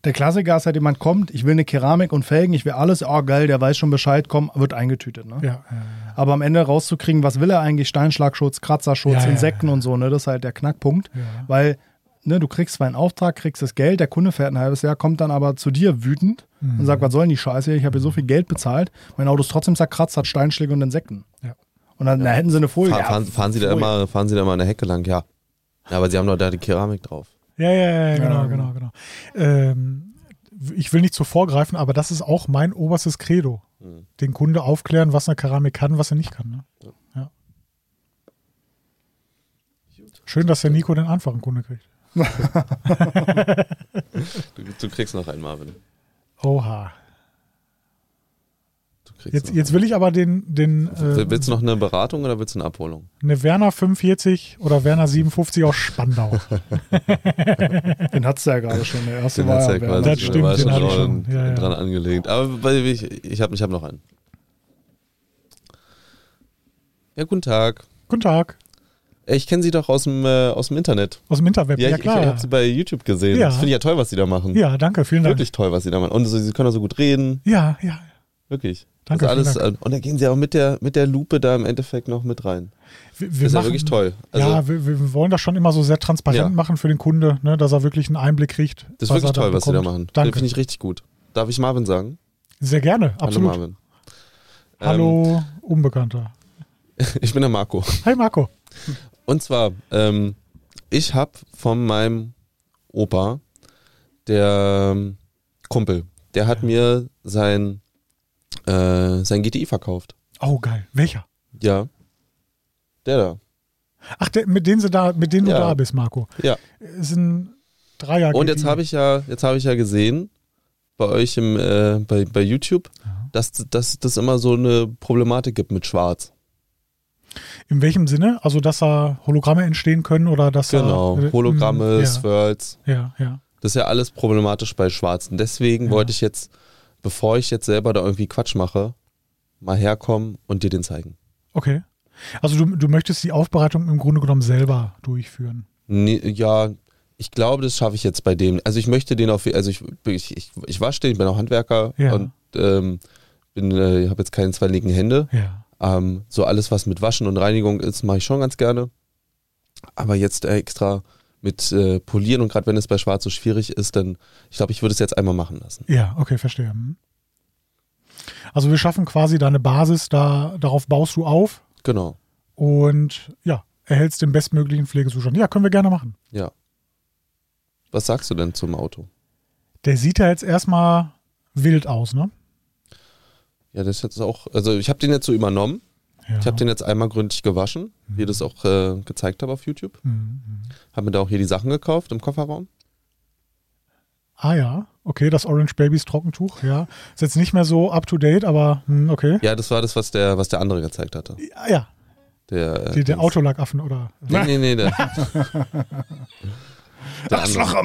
S1: Der Klassiker ist halt, jemand kommt, ich will eine Keramik und Felgen, ich will alles, oh geil, der weiß schon Bescheid, komm, wird eingetütet. Ne?
S2: Ja, äh,
S1: Aber am Ende rauszukriegen, was will er eigentlich, Steinschlagschutz, Kratzerschutz,
S2: Ja, ja,
S1: Insekten und so, ne? das ist halt der Knackpunkt.
S2: ja.
S1: Weil ne, du kriegst zwar einen Auftrag, kriegst das Geld, der Kunde fährt ein halbes Jahr, kommt dann aber zu dir wütend und sagt,
S2: Mhm.
S1: was soll denn die Scheiße, hier? ich habe hier so viel Geld bezahlt, mein Auto ist trotzdem zerkratzt, hat Steinschläge und Insekten.
S2: Ja.
S1: Und dann na, hätten sie eine Folie.
S3: Fahr,
S1: Ja,
S3: fahren, fahren, Sie da
S1: Folie.
S3: immer, fahren Sie da immer an der Hecke lang, ja. ja. Aber Sie haben doch da die Keramik drauf.
S2: Ja, ja, ja,
S1: Ja,
S2: genau,
S1: genau.
S2: genau, genau. Ähm, ich will nicht zu vorgreifen, aber das ist auch mein oberstes Credo.
S3: Mhm.
S2: Den Kunde aufklären, was eine Keramik kann, was er nicht kann. Ne? Ja. Schön, dass der Nico den einfachen Kunde kriegt.
S3: Du, du kriegst noch einen, Marvin.
S2: Oha.
S3: Du kriegst
S2: Jetzt,
S3: noch
S2: jetzt will ich aber den, den
S3: einen.
S2: äh,
S3: Willst du noch eine Beratung oder willst du eine Abholung?
S2: eine Werner 45 oder Werner 57 aus
S3: *laughs*
S2: Spandau.
S1: Den hat's ja gerade schon, der erste
S3: Den
S1: war
S3: hat's
S1: ja
S3: ja
S1: Werner.
S3: quasi
S2: Das
S3: schon-
S2: stimmt,
S3: war
S2: den
S3: schon
S2: hatte ich
S3: dran,
S2: schon. Ja, ja.
S3: dran angelegt. Aber weil ich, ich habe ich hab noch einen. Ja, guten Tag.
S2: Guten Tag.
S3: Ich kenne Sie doch aus dem, äh, aus dem Internet.
S2: Aus dem Interweb. Ja,
S3: Ja, ich, ich
S2: klar.
S3: habe Sie bei YouTube gesehen.
S2: Ja.
S3: Das finde ich ja toll, was Sie da machen.
S2: ja, danke. Vielen Dank.
S3: Wirklich toll, was Sie da machen. Und so, Sie können auch so gut reden.
S2: Ja, ja.
S3: Wirklich.
S2: Danke,
S3: Das ist alles,
S2: vielen
S3: äh, Und dann gehen Sie auch mit der, mit der Lupe da im Endeffekt noch mit rein.
S2: Wir,
S3: Das
S2: wir
S3: ist ja
S2: machen,
S3: wirklich toll. Also,
S2: ja, wir, wir wollen das schon immer so sehr transparent
S3: Ja.
S2: machen für den Kunde, ne, dass er wirklich einen Einblick kriegt.
S3: das ist wirklich
S2: er da
S3: toll, was Sie da
S2: bekommt.
S3: machen. Das
S2: Danke.
S3: Finde ich richtig gut. Darf ich Marvin sagen?
S2: Sehr gerne, absolut.
S3: Hallo
S2: Hallo,
S3: Marvin.
S2: Unbekannter.
S3: Ähm, *laughs* ich bin der Marco.
S2: Hi Marco.
S3: Und zwar, ähm, ich habe von meinem Opa, der ähm, Kumpel, der hat mir sein, äh, sein GTI verkauft.
S2: Oh, geil. Welcher?
S3: Ja. Der da.
S2: Ach, der, mit denen, sie da, mit denen
S3: Ja.
S2: du da bist, Marco.
S3: Ja.
S2: Ist ein Dreier.
S3: Und jetzt habe ich ja, jetzt habe ich ja gesehen, bei euch im, äh, bei, bei YouTube, dass dass das immer so eine Problematik gibt mit Schwarz.
S2: In welchem Sinne? Also, dass da Hologramme entstehen können oder dass da-
S3: Genau.
S2: äh,
S3: Hologramme,
S2: mh,
S3: Swirls.
S2: Ja, ja, ja.
S3: Das ist ja alles problematisch bei Schwarzen. Deswegen
S2: Ja.
S3: wollte ich jetzt, bevor ich jetzt selber da irgendwie Quatsch mache, mal herkommen und dir den zeigen.
S2: Okay. Also, du, du möchtest die Aufbereitung im Grunde genommen selber durchführen.
S3: Nee, ja, ich glaube, das schaffe ich jetzt bei dem. Also ich möchte den auf, also ich, ich, ich, ich wasche den, ich bin auch Handwerker
S2: Ja.
S3: und ähm, bin, äh, habe jetzt keine zwei linken Hände.
S2: Ja.
S3: Ähm, so alles, was mit Waschen und Reinigung ist, mache ich schon ganz gerne. Aber jetzt äh, extra mit äh, Polieren und gerade wenn es bei Schwarz so schwierig ist, dann, ich glaube, ich würde es jetzt einmal machen lassen.
S2: Ja, okay, verstehe. Hm. Also wir schaffen quasi deine Basis, da, darauf baust du auf
S3: Genau.
S2: und ja, erhältst den bestmöglichen Pflegezustand. Ja, können wir gerne machen.
S3: Ja. Was sagst du denn zum Auto?
S2: Der sieht ja jetzt erstmal wild aus, ne?
S3: Ja, das ist jetzt auch, also ich habe den jetzt so übernommen.
S2: Ja.
S3: Ich habe den jetzt einmal gründlich gewaschen, wie ihr das auch äh, gezeigt habe auf YouTube.
S2: Mhm, mhm.
S3: Habe mir da auch hier die Sachen gekauft im Kofferraum.
S2: Ah ja, Okay, das Orange Babies Trockentuch, ja. Ist jetzt nicht mehr so up to date, aber hm, okay.
S3: Ja, das war das, was der, was der andere gezeigt hatte.
S2: Ja, ja.
S3: Der, äh,
S2: Die, der
S3: Dings.
S2: Autolackaffen oder.
S3: Nee, nee, nee. Der,
S2: *laughs*
S3: der andere.
S1: Arschloch.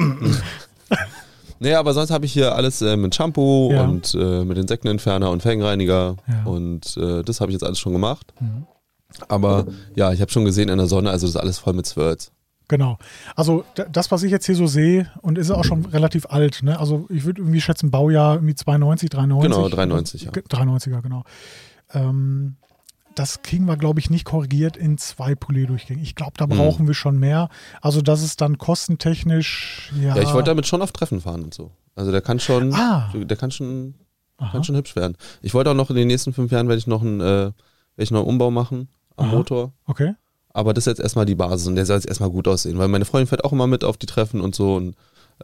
S3: Nee, aber sonst habe ich hier alles äh, mit Shampoo
S2: Ja.
S3: und äh, mit Insektenentferner und Fängenreiniger
S2: Ja. Mhm.
S3: und äh, das habe ich jetzt alles schon gemacht. Aber ja, ich habe schon gesehen in der Sonne, also das ist alles voll mit Swirls.
S2: Genau. Also d- das, was ich jetzt hier so sehe, und ist auch schon relativ alt, ne? Also ich würde irgendwie schätzen, Baujahr irgendwie 92, 93.
S3: Genau, 93, ja.
S2: Ge- 93er, genau. Ähm, das kriegen wir, glaube ich, nicht korrigiert in zwei Polierdurchgängen. Ich glaube,
S3: Mhm.
S2: da brauchen wir schon mehr. Also das ist dann kostentechnisch, ja.
S3: Ja, ich wollte damit schon auf Treffen fahren und so. Also der kann schon,
S2: Ah.
S3: der kann schon,
S2: Aha.
S3: kann schon hübsch werden. Ich wollte auch noch in den nächsten fünf Jahren werde ich noch einen, äh, werde ich noch einen Umbau machen am
S2: Aha.
S3: Motor.
S2: Okay.
S3: Aber das ist jetzt erstmal die Basis und der soll jetzt erstmal gut aussehen, weil meine Freundin fährt auch immer mit auf die Treffen und so und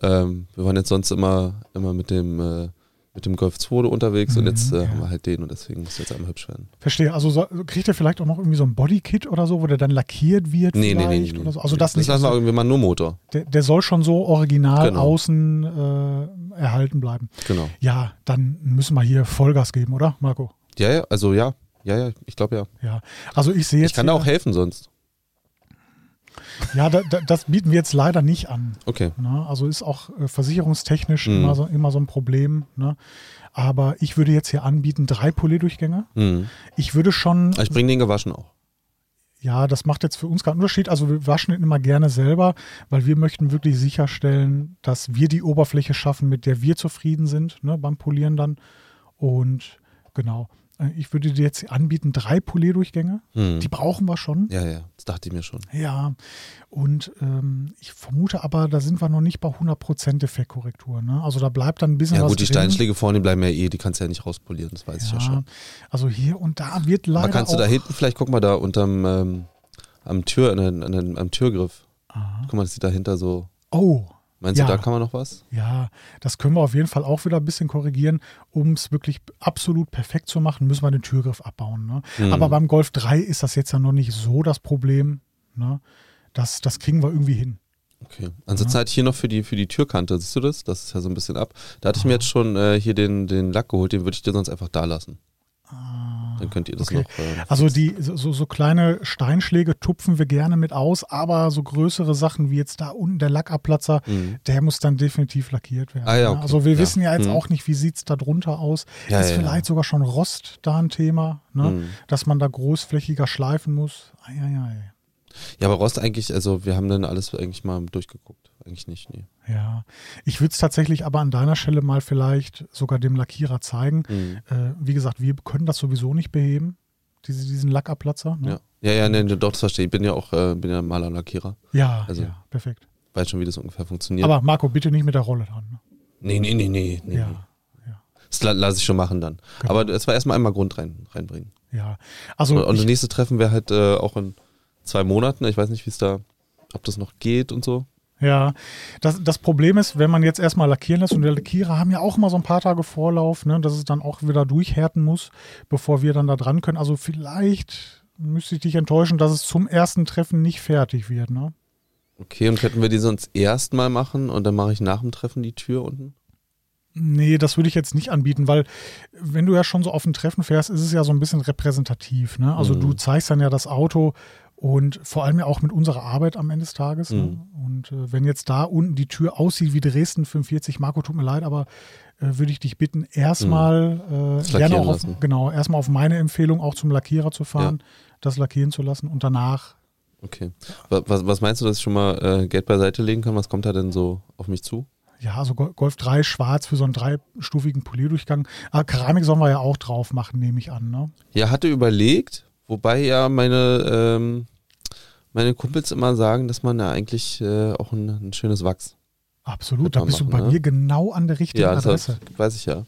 S3: ähm, wir waren jetzt sonst immer, immer mit dem, äh, mit dem Golf 2 unterwegs und jetzt äh,
S2: Mhm. ja.
S3: haben wir halt den und deswegen muss jetzt einmal hübsch werden.
S2: Verstehe. Also so, kriegt ihr vielleicht auch noch irgendwie so ein Bodykit oder so, wo der dann lackiert wird?
S3: Nee, nee, nee,
S2: vielleicht
S3: nee, nee.
S2: Oder so? Also das, nicht.
S3: lassen wir irgendwie mal nur Motor.
S2: der, der soll schon so original
S3: Genau.
S2: außen äh, erhalten bleiben.
S3: Genau.
S2: Ja, dann müssen wir hier Vollgas geben, oder, Marco?
S3: Ja, ja, also ja. Ja, ja, ich glaube ja.
S2: Ja, also ich sehe jetzt.
S3: ich kann da
S2: hier,
S3: auch helfen sonst.
S2: Ja, da, da, das bieten wir jetzt leider nicht an.
S3: Okay.
S2: Ne? Also ist auch äh, versicherungstechnisch
S3: Mhm.
S2: immer, so, immer so ein Problem. Ne? Aber ich würde jetzt hier anbieten, drei Polydurchgänge.
S3: Hm. Ah,
S2: Ich würde schon,
S3: Ich bringe den gewaschen auch.
S2: ja, das macht jetzt für uns keinen Unterschied. Also wir waschen ihn immer gerne selber, weil wir möchten wirklich sicherstellen, dass wir die Oberfläche schaffen, mit der wir zufrieden sind, ne, beim Polieren dann. Und genau, äh, ich würde dir jetzt anbieten, drei Polierdurchgänge.
S3: Hm.
S2: Die brauchen wir schon.
S3: Ja, ja, das dachte ich mir schon.
S2: Ja, und ähm, ich vermute aber, da sind wir noch nicht bei 100% Defektkorrektur. Ne? Also da bleibt dann ein bisschen
S3: Ja
S2: was
S3: gut, die
S2: drin.
S3: Steinschläge vorne, die bleiben ja eh, die kannst du ja nicht rauspolieren, das weiß ich ja
S2: Ja,
S3: schon.
S2: also hier und da wird leider
S3: Aber kannst du
S2: auch,
S3: da hinten, vielleicht guck mal da unterm ähm, am Tür, an, den- an, den- am Türgriff. Guck mal, das sieht dahinter so.
S2: Oh,
S3: Meinst du,
S2: Ja.
S3: da kann man noch was?
S2: ja, das können wir auf jeden Fall auch wieder ein bisschen korrigieren. Um es wirklich absolut perfekt zu machen, müssen wir den Türgriff abbauen. Ne?
S3: Hm.
S2: Aber beim Golf 3 ist das jetzt ja noch nicht so das Problem. Ne? Das, das kriegen wir irgendwie hin.
S3: Okay. Ansonsten hatte ich hier noch für die, für die Türkante, siehst du das? Das ist ja so ein bisschen ab. Da hatte ich mir jetzt schon äh, hier den, den Lack geholt, den würde ich dir sonst einfach da lassen. Dann könnt ihr das
S2: Ah, okay.
S3: noch. Äh,
S2: Also die so, so- so kleine Steinschläge tupfen wir gerne mit aus, aber so größere Sachen wie jetzt da unten der Lackabplatzer,
S3: Mhm.
S2: der muss dann definitiv lackiert werden.
S3: Ah, ja,
S2: ne?
S3: okay.
S2: Also wir
S3: Ja.
S2: wissen ja jetzt
S3: Mhm.
S2: auch nicht, wie sieht es da drunter aus.
S3: Ja,
S2: Ist
S3: ja, ja.
S2: vielleicht sogar schon Rost da ein Thema, ne?
S3: Mhm.
S2: dass man da großflächiger schleifen muss. Ei, ei, ei.
S3: ja, aber Rost eigentlich, also wir haben dann alles eigentlich mal durchgeguckt. Eigentlich nicht, nee.
S2: Ja, ich würde es tatsächlich aber an deiner Stelle mal vielleicht sogar dem Lackierer zeigen.
S3: Mhm.
S2: Äh, wie gesagt, wir können das sowieso nicht beheben, diese, diesen Lackabplatzer. Ne?
S3: Ja. Ja, ja, nee, doch, das verstehe ich. Ich bin ja auch äh, bin ja Maler und Lackierer.
S2: Ja,
S3: Also-
S2: ja, perfekt.
S3: Weiß schon, wie das ungefähr funktioniert.
S2: Aber Marco, bitte nicht mit der Rolle dran. Ne?
S3: nee, nee, nee, nee. nee.
S2: Ja,
S3: Das la- lasse ich schon machen dann.
S2: Genau.
S3: Aber es war erstmal einmal Grund rein, reinbringen.
S2: ja. Also
S3: und und das
S2: ich,
S3: nächste Treffen wäre halt äh, auch in zwei Monaten. Ich weiß nicht, wie es da, ob das noch geht und so.
S2: ja, das, das Problem ist, wenn man jetzt erstmal lackieren lässt und die Lackierer haben ja auch immer so ein paar Tage Vorlauf, ne, dass es dann auch wieder durchhärten muss, bevor wir dann da dran können. Also vielleicht müsste ich dich enttäuschen, dass es zum ersten Treffen nicht fertig wird. Ne?
S3: Okay, und könnten wir die sonst erstmal machen und dann mache ich nach dem Treffen die Tür unten?
S2: Nee, das würde ich jetzt nicht anbieten, weil wenn du ja schon so auf ein Treffen fährst, ist es ja so ein bisschen repräsentativ. Ne? Also
S3: Mhm.
S2: du zeigst dann ja das Auto und vor allem ja auch mit unserer Arbeit am Ende des Tages. Ne?
S3: Mhm.
S2: Und äh, wenn jetzt da unten die Tür aussieht wie Dresden 45, Marco, tut mir leid, aber äh, würde ich dich bitten, erstmal äh, gerne
S3: lackieren
S2: auch auf,
S3: Mhm. lassen.
S2: genau, erstmal auf meine Empfehlung auch zum Lackierer zu fahren, das lackieren zu lassen und danach.
S3: Okay. Wa- Was, was meinst du, dass ich schon mal äh, Geld beiseite legen kann? Was kommt da denn so auf mich zu?
S2: Ja, also Go- Golf 3 schwarz für so einen dreistufigen Polierdurchgang. Ah, Keramik sollen wir ja auch drauf machen, nehme ich an. Ne?
S3: Ja, hatte überlegt, wobei ja meine, ähm, meine Kumpels immer sagen, dass man ja eigentlich äh, auch ein, ein schönes Wachs.
S2: Absolut,
S3: Wird
S2: da
S3: man
S2: bist du
S3: machen,
S2: bei
S3: ne?
S2: mir genau an der richtigen
S3: Ja, das
S2: Adresse.
S3: hat, weiß ich ja.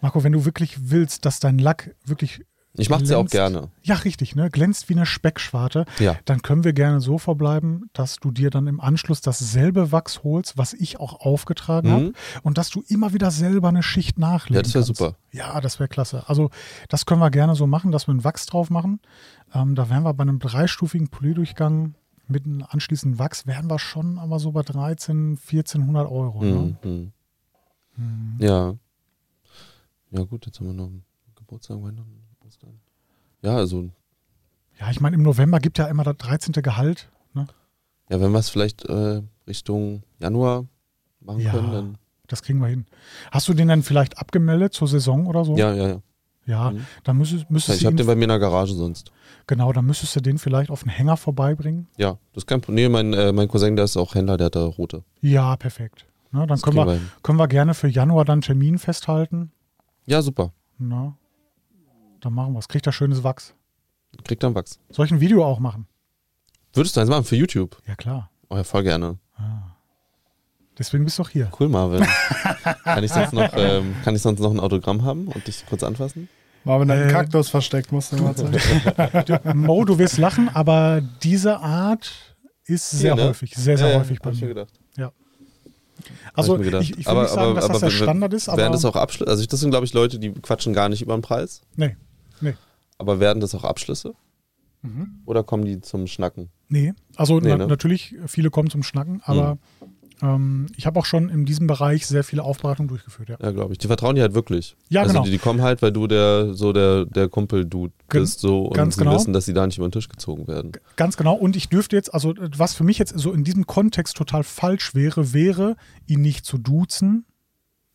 S2: Marco, wenn du wirklich willst, dass dein Lack wirklich,
S3: Ich mache es ja auch
S2: Glänzt.
S3: gerne.
S2: ja richtig, ne, glänzt wie eine Speckschwarte,
S3: Ja.
S2: dann können wir gerne so verbleiben, dass du dir dann im Anschluss dasselbe Wachs holst, was ich auch aufgetragen
S3: Mhm.
S2: habe und dass du immer wieder selber eine Schicht nachlegst.
S3: Ja, das wär super.
S2: Ja, das wäre klasse. Also das können wir gerne so machen, dass wir ein Wachs drauf machen. Ähm, da wären wir bei einem dreistufigen Polydurchgang mit einem anschließenden Wachs, wären wir schon aber so bei 13, 1400 Euro. Ne?
S3: Mhm. Mhm. Ja. Ja, gut, jetzt haben wir noch Geburtstag, Weihnachten, Ostern. Ja, also,
S2: Ja, ich meine, im November gibt ja immer das 13. Gehalt. Ne?
S3: ja, wenn wir es vielleicht äh, Richtung Januar machen
S2: Ja.
S3: können, dann.
S2: Das kriegen wir hin. Hast du den dann vielleicht abgemeldet zur Saison oder so?
S3: Ja, ja, ja.
S2: Ja,
S3: Mhm.
S2: dann müsstest, müsstest
S3: Ich habe
S2: du ihn,
S3: den bei mir in der Garage sonst.
S2: genau, dann müsstest du den vielleicht auf den Hänger vorbeibringen.
S3: Ja, das ist kein Problem. Nee, mein, äh, mein Cousin, der ist auch Händler, der hat da rote.
S2: Ja, perfekt. Na, dann
S3: Das
S2: können
S3: kriegen
S2: wir,
S3: hin.
S2: können wir gerne für Januar dann einen Termin festhalten.
S3: Ja, super.
S2: Na, dann machen wir es. Kriegt er schönes Wachs.
S3: Kriegt dann Wachs.
S2: Soll ich ein Video auch machen?
S3: Würdest du eins machen für YouTube?
S2: Ja, klar.
S3: Oh ja, voll gerne.
S2: Deswegen bist du auch
S3: *laughs*
S2: hier. *laughs*
S3: Cool, Marvin. kann, ich sonst noch, ähm, kann ich sonst noch ein Autogramm haben und dich kurz anfassen?
S1: Marvin hat einen
S2: Äh,
S1: Kaktus versteckt, musst du mal
S2: *laughs*
S1: zeigen.
S2: Mo, du wirst lachen, aber diese Art ist sehr
S3: ne?
S2: häufig, sehr, sehr häufig bei
S3: hab ich mir
S2: mir.
S3: gedacht.
S2: Also
S3: Hab
S2: ich,
S3: mir gedacht.
S2: ich, will nicht sagen, dass das der
S3: wir-
S2: Standard ist, aber
S3: Werden das auch Abschlüsse? Also, das sind, glaube ich, Leute, die quatschen gar nicht über den Preis.
S2: nee, nee,
S3: Aber werden das auch Abschlüsse?
S2: Mhm.
S3: Oder kommen die zum Schnacken?
S2: nee. Also
S3: Nee,
S2: na,
S3: ne? Mhm.
S2: natürlich, viele kommen zum Schnacken, aber ähm, ich habe auch schon in diesem Bereich sehr viele Aufbereitungen durchgeführt. Ja,
S3: Ja, glaube ich. Die vertrauen dir halt wirklich.
S2: Ja,
S3: also
S2: genau.
S3: Die, die kommen halt, weil du der, so der, der Kumpel-Dude
S2: Gen-
S3: bist so und
S2: ganz
S3: sie
S2: genau.
S3: wissen, dass sie da nicht über den Tisch gezogen werden.
S2: Ganz genau. Und ich dürfte jetzt, also äh, was für mich jetzt so in diesem Kontext total falsch wäre, wäre, ihn nicht zu duzen.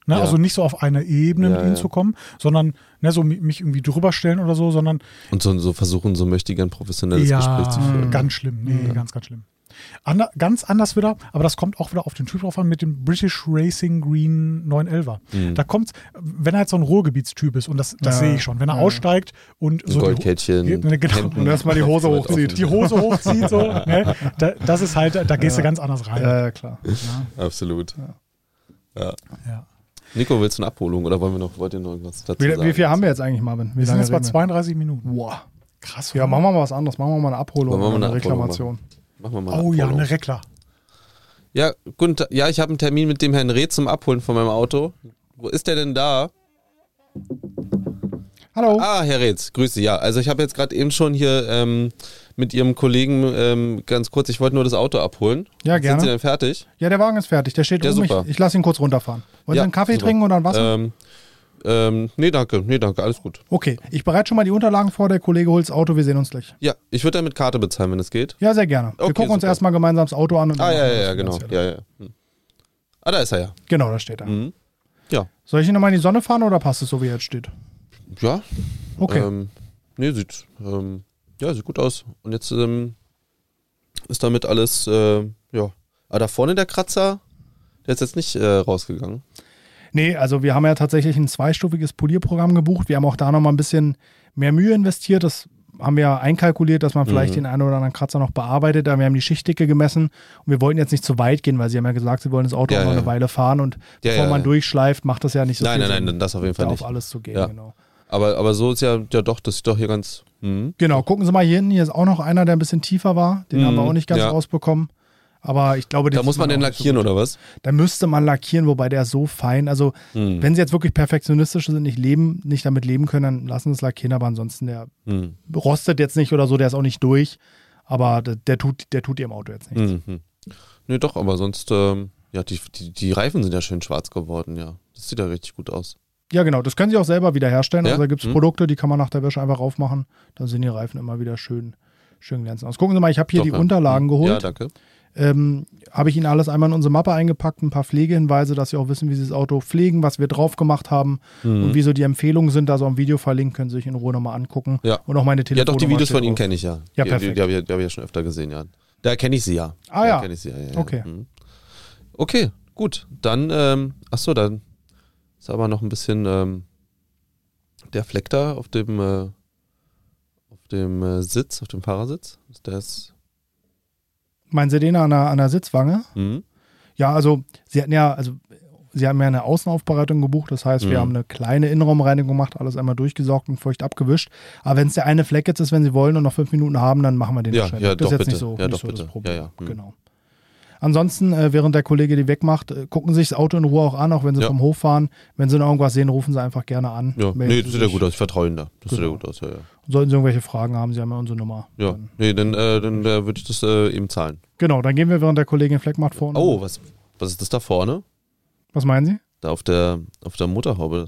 S2: Ne?
S3: Ja.
S2: Also nicht so auf eine Ebene
S3: Ja,
S2: mit ihm
S3: ja.
S2: zu kommen, sondern ne, so mi- mich irgendwie drüber stellen oder so, sondern
S3: Und so, so versuchen, so möchte ich ein professionelles Gespräch zu
S2: ja,
S3: führen. ne?
S2: ganz schlimm. Nee, ganz, ganz schlimm. Ander, ganz anders wieder, aber das kommt auch wieder auf den Typ drauf an mit dem British Racing Green 911er.
S3: Mhm.
S2: Da kommt's, wenn er jetzt so ein Ruhrgebietstyp ist, und das, das
S1: Ja.
S2: sehe ich schon, wenn er
S1: Ja.
S2: aussteigt und so die,
S3: Goldkettchen.
S2: Ja, ne, genau.
S3: Hemden.
S1: Und erstmal die Hose
S3: Kopfhörer
S1: hochzieht.
S3: offen.
S2: die Hose hochzieht, so, ne, da, das ist halt, da, da gehst du ganz anders rein.
S1: Ja, ja, klar.
S3: Absolut.
S2: Ja.
S3: Nico, willst du eine Abholung oder wollen wir noch, wollt ihr noch irgendwas dazu
S1: Wie,
S3: sagen?
S1: wie viel haben wir jetzt eigentlich, Marvin? Wie
S2: Wir sind
S1: lange
S2: jetzt bei
S1: reden wir?
S2: 32 Minuten.
S1: Boah.
S2: Krass.
S1: Ja,
S2: oder?
S1: machen wir mal was anderes. Machen wir mal eine Abholung
S3: Wollen wir mal
S1: oder
S3: eine Abholung
S1: Reklamation.
S3: Machen wir mal
S2: Oh ja,
S3: Abholung.
S2: eine Reckler.
S3: Ja, guten Tag. Ja, ich habe einen Termin mit dem Herrn Reh zum Abholen von meinem Auto. Wo ist der denn da?
S1: Hallo.
S3: Ah, Herr Reetz, Grüße. Ja, also ich habe jetzt gerade eben schon hier ähm, mit Ihrem Kollegen ähm, ganz kurz, ich wollte nur das Auto abholen.
S1: Ja, gerne.
S3: Sind Sie denn fertig?
S1: Ja, der Wagen ist fertig. Der steht
S3: Ja,
S1: um mich.
S3: super.
S1: Ich lasse ihn kurz runterfahren. Wollen Sie
S3: ja,
S1: einen Kaffee
S3: super.
S1: trinken oder ein Wasser?
S3: Ähm, ähm, nee, danke. Nee, danke. Alles gut.
S1: Okay, ich bereite schon mal die Unterlagen vor. Der Kollege holt das Auto. Wir sehen uns gleich.
S3: Ja, ich würde dann mit Karte bezahlen, wenn es geht.
S1: Ja, sehr gerne. Wir
S3: Okay,
S1: gucken uns
S3: super.
S1: erstmal gemeinsam das Auto an. Und
S3: Ah,
S1: dann
S3: ja,
S1: machen wir
S3: ja,
S1: das
S3: ja, genau.
S1: Finanzielle.
S3: Ja, ja. Hm. Ah, da ist er ja.
S1: Genau, da steht er.
S3: Mhm. Ja.
S1: Soll ich ihn nochmal in die Sonne fahren oder passt es so, wie er jetzt steht?
S3: Ja.
S1: Okay.
S3: Ähm, nee, sieht, ähm, ja, sieht gut aus. Und jetzt ähm, ist damit alles, äh, ja. Aber da vorne der Kratzer, der ist jetzt nicht äh, rausgegangen.
S1: Nee, also wir haben ja tatsächlich ein zweistufiges Polierprogramm gebucht. Wir haben auch da nochmal ein bisschen mehr Mühe investiert. Das haben wir ja einkalkuliert, dass man vielleicht
S3: Mhm.
S1: den einen oder anderen Kratzer noch bearbeitet. Aber wir haben die Schichtdicke gemessen und wir wollten jetzt nicht zu weit gehen, weil sie haben ja gesagt, sie wollen das Auto
S3: Ja,
S1: auch noch
S3: ja.
S1: eine Weile fahren und
S3: Ja,
S1: bevor
S3: ja,
S1: man
S3: ja.
S1: durchschleift, macht das ja nicht so
S3: nein,
S1: viel
S3: nein, nein,
S1: Sinn,
S3: dann das auf jeden
S1: da
S3: Fall
S1: auf
S3: nicht.
S1: alles zu gehen.
S3: Ja.
S1: Genau.
S3: Aber, aber so ist ja, ja doch, das sieht doch hier ganz. Mhm.
S1: genau, gucken Sie mal hier hin. Hier ist auch noch einer, der ein bisschen tiefer war. Den
S3: Mhm,
S1: haben wir auch nicht ganz
S3: ja.
S1: rausbekommen. Aber ich glaube, den
S3: Da muss
S1: sieht
S3: man den
S1: auch nicht so
S3: lackieren,
S1: gut.
S3: oder was?
S1: Da müsste man lackieren, wobei der ist so fein. Also,
S3: Hm.
S1: wenn sie jetzt wirklich perfektionistisch sind, nicht leben, nicht damit leben können, dann lassen sie es lackieren. Aber ansonsten, der
S3: Hm.
S1: rostet jetzt nicht oder so, der ist auch nicht durch. Aber der, der tut, der tut ihrem Auto jetzt nichts.
S3: Mhm. Nee, doch, aber sonst, ähm, ja, die, die, die Reifen sind ja schön schwarz geworden, ja. Das sieht ja richtig gut aus.
S1: Ja, genau. Das können sie auch selber wieder herstellen.
S3: Ja?
S1: Also da gibt es
S3: Hm.
S1: Produkte, die kann man nach der Wäsche einfach raufmachen. Dann sehen die Reifen immer wieder schön, schön glänzend aus. Gucken Sie mal, ich habe hier
S3: doch,
S1: die
S3: ja. Hm.
S1: Unterlagen
S3: Ja,
S1: geholt.
S3: danke.
S1: ähm, habe ich Ihnen alles einmal in unsere Mappe eingepackt, ein paar Pflegehinweise, dass Sie auch wissen, wie Sie das Auto pflegen, was wir drauf gemacht haben
S3: Hm.
S1: und wieso die Empfehlungen sind. Also am Video verlinkt, können Sie sich in Ruhe nochmal angucken.
S3: Ja.
S1: Und auch meine
S3: Ja,
S1: Telefonnummer.
S3: doch, die Videos
S1: steht
S3: von Ihnen
S1: drauf.
S3: kenne ich ja.
S1: Ja,
S3: die, Die,
S1: perfekt.
S3: die habe ich, die hab ich ja schon öfter gesehen, ja. Da kenne ich sie ja.
S1: Ah,
S3: Da
S1: ja.
S3: kenne ich sie ja. ja, ja.
S1: Okay.
S3: Mhm. Okay, gut. Dann, ähm, ach so, dann ist aber noch ein bisschen ähm, der Fleck da auf dem, äh, auf dem äh, Sitz, auf dem Fahrersitz. Der ist,
S1: Meinen Sie den an der, an der Sitzwange?
S3: mhm.
S1: Ja, also Sie hatten ja, also Sie haben ja eine Außenaufbereitung gebucht, das heißt, wir
S3: Mhm.
S1: haben eine kleine Innenraumreinigung gemacht, alles einmal durchgesaugt und feucht abgewischt. Aber wenn es der eine Fleck jetzt ist, wenn Sie wollen und noch fünf Minuten haben, dann machen wir den
S3: Ja,
S1: wahrscheinlich.
S3: ja,
S1: das
S3: doch,
S1: ist jetzt
S3: bitte.
S1: nicht so,
S3: Ja,
S1: nicht
S3: doch,
S1: so
S3: bitte.
S1: das Problem.
S3: Ja, ja. Mhm.
S1: Genau. Ansonsten, äh, während der Kollege die wegmacht, äh, gucken Sie sich das Auto in Ruhe auch an, auch wenn Sie
S3: Ja.
S1: vom Hof fahren. Wenn Sie noch irgendwas sehen, rufen Sie einfach gerne an.
S3: Ja,
S1: Melden
S3: nee,
S1: Sie
S3: das sieht ja
S1: sich.
S3: gut aus. Ich vertraue Ihnen da. Das sieht ja
S1: Genau.
S3: gut aus, ja, ja.
S1: Sollten Sie irgendwelche Fragen haben, Sie haben ja unsere Nummer.
S3: Ja,
S1: Dann,
S3: nee, dann, äh, dann äh, würde ich das äh, eben zahlen.
S1: genau, dann gehen wir während der Kollegin Fleck macht vor. und-
S3: Oh, was, was ist das da vorne?
S1: Was meinen Sie?
S3: Da auf der, auf der Mutterhaube.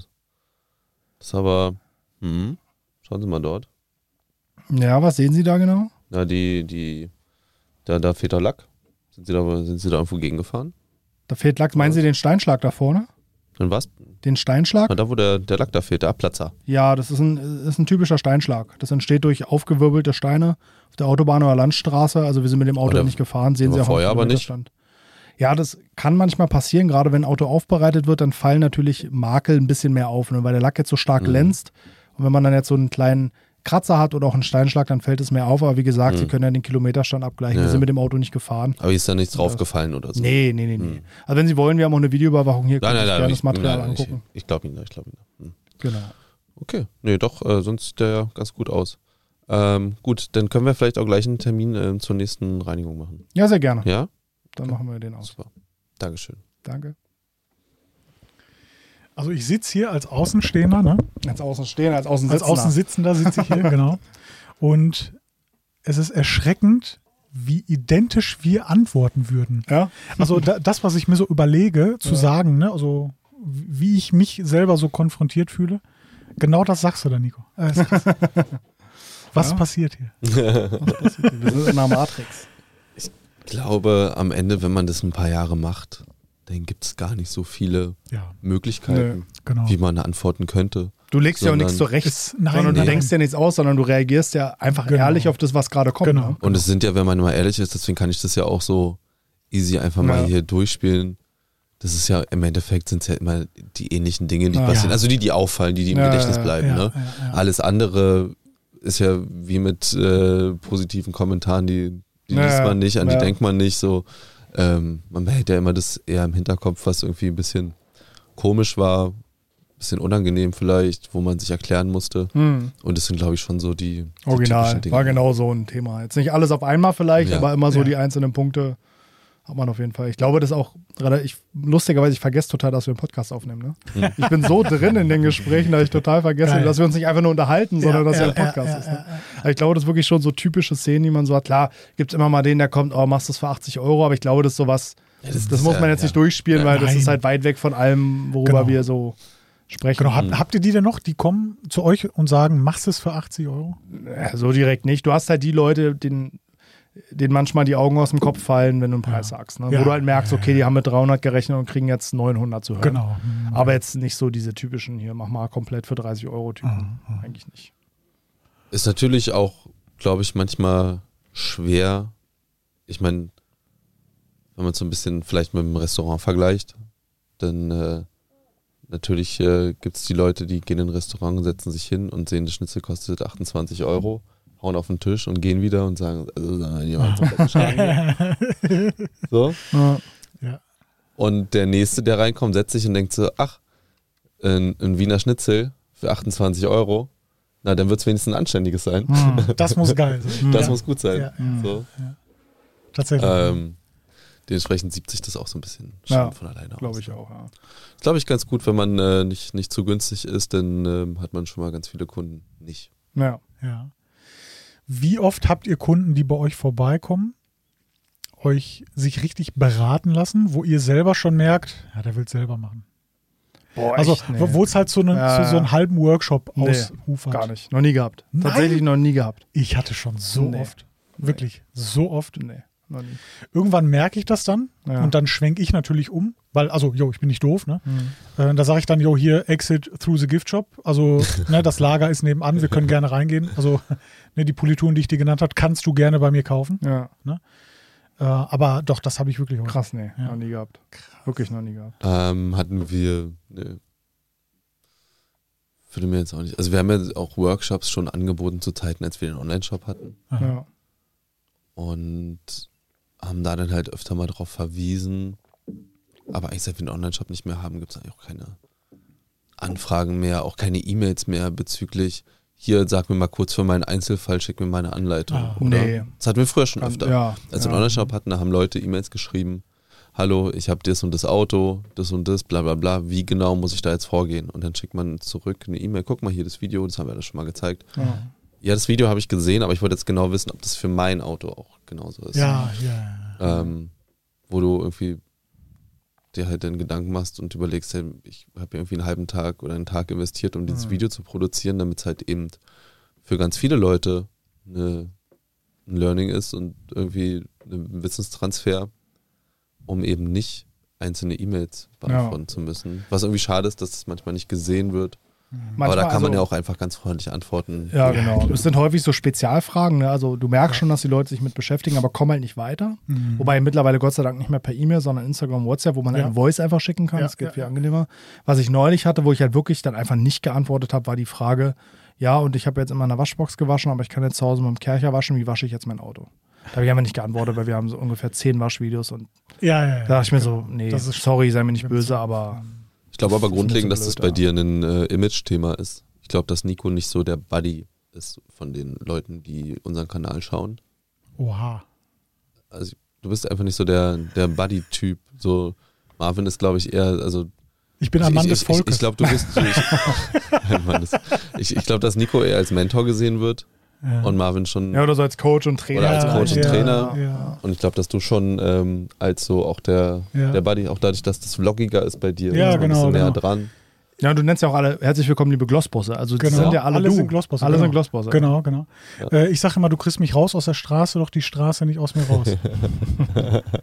S3: Das ist aber, hm, schauen Sie mal dort.
S1: Ja, was sehen Sie da genau?
S3: Na, die, die, da, da fehlt der Lack. Sind Sie da, sind Sie da irgendwo gegengefahren?
S1: Da fehlt Lack. Meinen Sie den Steinschlag da vorne?
S3: Dann was?
S1: Den Steinschlag?
S3: Na, da, wo der, der Lack da fehlt, der Abplatzer.
S1: Ja, das ist ein, ist ein typischer Steinschlag. Das entsteht durch aufgewirbelte Steine auf der Autobahn oder Landstraße. Also wir sind mit dem Auto
S3: Aber der-
S1: nicht gefahren, sehen
S3: aber
S1: Sie auch am
S3: vorher aber nicht.
S1: Kilometerstand. Ja, das kann manchmal passieren, gerade wenn ein Auto aufbereitet wird, dann fallen natürlich Makel ein bisschen mehr auf, ne? weil der Lack jetzt so stark
S3: Mhm.
S1: glänzt. Und wenn man dann jetzt so einen kleinen Kratzer hat oder auch einen Steinschlag, dann fällt es mehr auf. Aber wie gesagt, Sie können ja den Kilometerstand abgleichen. Wir
S3: Mhm. Ja.
S1: sind mit dem Auto nicht gefahren.
S3: Aber hier ist da nichts draufgefallen oder so. Mhm.
S1: Nee, nee, nee, nee. Also wenn Sie wollen, wir haben auch eine Videoüberwachung hier,
S3: Nein,
S1: können
S3: nein,
S1: Sie
S3: nein.
S1: gerne
S3: ich-
S1: das Material
S3: nein,
S1: angucken.
S3: Ich, ich glaube Ihnen, ich glaube Ihnen. Hm.
S1: Genau.
S3: Okay, nee, doch, äh, sonst sieht der ja ganz gut aus. Ähm, gut, dann können wir vielleicht auch gleich einen Termin ähm, zur nächsten Reinigung machen.
S1: Ja, sehr gerne.
S3: Ja?
S1: Dann machen wir den aus.
S3: Super. Dankeschön.
S1: Danke.
S2: Also ich sitze hier als Außenstehender, ne?
S1: Als Außenstehender, als Außensitzender.
S2: als Außensitzender sitze ich hier, genau. Und es ist erschreckend, wie identisch wir antworten würden.
S1: Ja?
S2: Also da, das, was ich mir so überlege zu sagen, ne? also wie ich mich selber so konfrontiert fühle, genau das sagst du dann, Nico. Äh, ist krass. was
S1: Ja.
S2: passiert hier?
S1: Wir sind in einer Matrix.
S3: Ich glaube, am Ende, wenn man das ein paar Jahre macht, dann gibt es gar nicht so viele
S2: Ja,
S3: Möglichkeiten,
S2: genau.
S3: wie man da antworten könnte.
S1: Du legst ja auch
S3: Sondern-
S1: nichts zurecht,
S2: Ist- nein,
S1: sondern du
S2: nein.
S1: denkst ja nichts aus, sondern du reagierst ja einfach
S2: Genau.
S1: ehrlich auf das, was gerade kommt.
S2: Genau.
S1: ne?
S3: Und es sind ja, wenn man mal ehrlich ist, deswegen kann ich das ja auch so easy einfach mal
S1: Ja.
S3: hier durchspielen. Das ist ja im Endeffekt sind es ja immer die ähnlichen Dinge, die
S1: Ah, Ja.
S3: passieren. Also die, die auffallen, die, die im
S1: Ja,
S3: Gedächtnis
S1: ja,
S3: bleiben.
S2: ja,
S3: ne?
S2: ja, ja.
S3: Alles andere ist ja wie mit äh, positiven Kommentaren, die, die
S1: Ja,
S3: liest man nicht, an
S1: ja.
S3: die denkt man nicht. So, ähm, man behält ja immer das eher im Hinterkopf, was irgendwie ein bisschen komisch war, bisschen unangenehm vielleicht, wo man sich erklären musste.
S1: Hm,
S3: Und das sind, glaube ich, schon so die, die
S1: original.
S3: typischen Dinge.
S1: War genau so ein Thema. Jetzt nicht alles auf einmal vielleicht,
S3: Ja.
S1: aber immer so
S2: Ja.
S1: die einzelnen Punkte hat man auf jeden Fall. Ich glaube, das ist auch gerade, ich, lustigerweise, ich vergesse total, dass wir einen Podcast aufnehmen. Ne? Ich bin so drin in den Gesprächen, dass ich total vergesse,
S2: Geil.
S1: dass wir uns nicht einfach nur unterhalten, sondern dass ja, ein Podcast ist. Ne? Aber Ich glaube, das ist wirklich schon so typische Szenen, die man so hat. Klar, gibt es immer mal den, der kommt, oh, machst das für 80 Euro, aber ich glaube, das ist sowas,
S3: Ja,
S1: das,
S3: das ist
S1: muss
S3: ja-
S1: man jetzt
S3: ja.
S1: nicht durchspielen, weil das
S2: Nein.
S1: ist halt weit weg von allem, worüber
S2: Genau.
S1: wir so sprechen.
S2: Genau, habt, habt ihr die denn noch? Die kommen zu euch und sagen, machst es für 80 Euro?
S1: Ja, So direkt nicht. Du hast halt die Leute, denen, denen manchmal die Augen aus dem Kopf fallen, wenn du einen Preis sagst. Ne?
S2: Ja.
S1: Wo du halt merkst, okay, die haben mit 300 gerechnet und kriegen jetzt 900 zu hören.
S2: Genau. Hm.
S1: Aber jetzt nicht so diese typischen hier, mach mal komplett für 30 Euro
S2: Mhm.
S1: Typen. Eigentlich nicht.
S3: Ist natürlich auch, glaube ich, manchmal schwer. Ich meine, wenn man es so ein bisschen vielleicht mit einem Restaurant vergleicht, dann äh, natürlich äh, gibt es die Leute, die gehen in ein Restaurant, setzen sich hin und sehen, das Schnitzel kostet 28 Euro, hauen auf den Tisch und gehen wieder und sagen, also, äh, die waren komplett beschlagen hier. so.
S1: Ja.
S2: Ja.
S3: Und der Nächste, der reinkommt, setzt sich und denkt so, ach, ein, ein Wiener Schnitzel für 28 Euro, na, dann wird es wenigstens ein anständiges sein.
S1: *laughs*
S2: Das muss geil sein.
S3: Das
S2: ja.
S3: muss gut sein.
S2: Ja,
S3: So.
S2: Tatsächlich.
S3: Ähm, dementsprechend sieht sich das auch so ein bisschen schon
S1: Ja,
S3: von alleine aus.
S1: Glaube ich auch, ja.
S3: Ist, glaube ich, ganz gut, wenn man äh, nicht, nicht zu günstig ist, dann ähm, hat man schon mal ganz viele Kunden nicht.
S1: Ja.
S2: Ja. Wie oft habt ihr Kunden, die bei euch vorbeikommen, euch sich richtig beraten lassen, wo ihr selber schon merkt, ja, der will selber machen.
S1: Boah,
S2: also,
S1: echt, nee.
S2: wo es halt so, ne,
S1: Ja,
S2: zu so
S1: ja.
S2: einem halben Workshop
S1: Nee,
S2: ausufert.
S1: Gar nicht. Noch nie gehabt.
S2: Nein.
S1: Tatsächlich noch nie gehabt.
S2: Ich hatte schon so
S1: Nee.
S2: oft. Wirklich, so oft.
S1: Nee, noch nie.
S2: Irgendwann merke ich das dann
S1: Ja.
S2: und dann schwenke ich natürlich um, weil, also, jo, ich bin nicht doof, ne?
S1: Hm.
S2: Äh, da sage ich dann, jo, hier, Exit through the Gift Shop.
S1: *laughs*
S2: Also, ne, das Lager ist nebenan, wir können gerne reingehen. Also, *laughs* ne, die Polituren, die ich dir genannt habe, kannst du gerne bei mir kaufen.
S1: Ja,
S2: Äh, aber doch, das habe ich wirklich auch.
S1: krass, nee.
S2: Ja.
S1: Noch nie gehabt. Wirklich noch nie gehabt.
S3: Ähm, hatten wir, ne, würde mir jetzt auch nicht, also wir haben ja auch Workshops schon angeboten zu Zeiten, als wir den Online-Shop hatten
S2: Aha.
S1: Ja.
S3: und haben da dann halt öfter mal drauf verwiesen. Aber eigentlich, seit wir den Online-Shop nicht mehr haben, gibt es eigentlich auch keine Anfragen mehr, auch keine E-Mails mehr bezüglich, hier, sag mir mal kurz für meinen Einzelfall, schick mir mal eine Anleitung.
S2: Ah,
S3: oder?
S1: nee.
S3: Das hatten wir früher schon
S1: Kann-
S3: öfter. Also
S1: ja,
S3: Als
S1: ja.
S3: wir einen Online-Shop hatten, da haben Leute E-Mails geschrieben, hallo, ich habe das und das Auto, das und das, bla bla bla, wie genau muss ich da jetzt vorgehen? Und dann schickt man zurück eine E-Mail, guck mal hier das Video, das haben wir ja schon mal gezeigt.
S1: Ja.
S3: Ja, das Video habe ich gesehen, aber ich wollte jetzt genau wissen, ob das für mein Auto auch genauso ist.
S2: Ja, ja, ja.
S3: Ähm, wo du irgendwie dir halt dann Gedanken machst und überlegst, hey, ich habe irgendwie einen halben Tag oder einen Tag investiert, um
S1: Mhm.
S3: dieses Video zu produzieren, damit es halt eben für ganz viele Leute eine, ein Learning ist und irgendwie ein Wissenstransfer, um eben nicht einzelne E-Mails beantworten zu müssen. Was irgendwie schade ist, dass es manchmal nicht gesehen wird. Aber da
S1: also
S3: kann man ja auch einfach ganz freundlich antworten.
S1: Ja, genau. Es sind häufig so Spezialfragen. Ne? Also du merkst schon, dass die Leute sich mit beschäftigen, aber kommen halt nicht weiter.
S2: Mhm.
S1: Wobei mittlerweile Gott sei Dank nicht mehr per E-Mail, sondern Instagram, WhatsApp, wo man
S2: Ja.
S1: eine Voice einfach schicken kann.
S2: Ja,
S1: das geht
S2: ja,
S1: viel
S2: ja.
S1: angenehmer. Was ich neulich hatte, wo ich halt wirklich dann einfach nicht geantwortet habe, war die Frage, ja, und ich habe jetzt immer in der Waschbox gewaschen, aber ich kann jetzt zu Hause mit dem Kercher waschen. Wie wasche ich jetzt mein Auto? Da habe ich einfach nicht geantwortet, weil wir haben so ungefähr zehn Waschvideos und
S2: Ja, ja, ja.
S1: da dachte ich mir so, nee,
S2: Das ist-
S1: sorry, sei mir nicht böse, aber
S3: Ich glaube aber
S1: Ich find's
S3: grundlegend,
S1: so
S3: dass das bei
S1: blöd,
S3: dir ein äh, Image-Thema ist. Ich glaube, dass Nico nicht so der Buddy ist von den Leuten, die unseren Kanal schauen.
S2: Oha.
S3: Also du bist einfach nicht so der, der Buddy-Typ. So Marvin ist, glaube ich, eher, also
S2: Ich bin ein Mann
S3: ich,
S2: des
S3: ich, ich,
S2: Volkes.
S3: ich glaube, du bist
S2: *laughs*
S3: du, ich, ein Mann des, ich, ich glaube, dass Nico eher als Mentor gesehen wird
S2: Ja.
S3: und Marvin schon.
S1: ja, oder so als Coach und Trainer.
S3: Oder als Coach und
S2: ja,
S3: Trainer.
S2: Ja.
S3: Und ich glaube, dass du schon ähm, als so auch der,
S2: Ja.
S3: der Buddy, auch dadurch, dass das vloggiger ist bei dir,
S2: Ja,
S3: ist man ein
S2: genau,
S3: bisschen näher
S2: genau.
S3: dran.
S1: Ja, und du nennst ja auch alle herzlich willkommen, liebe Glossbosse. Also das
S2: Genau.
S1: sind ja alle,
S2: Alle
S1: du.
S2: sind Glossbosse,
S1: Alle
S2: genau.
S1: sind Glossbosse.
S2: Genau, genau.
S3: Ja.
S2: Äh, ich sage immer, du kriegst mich raus aus der Straße, doch die Straße nicht aus mir raus.
S1: *laughs*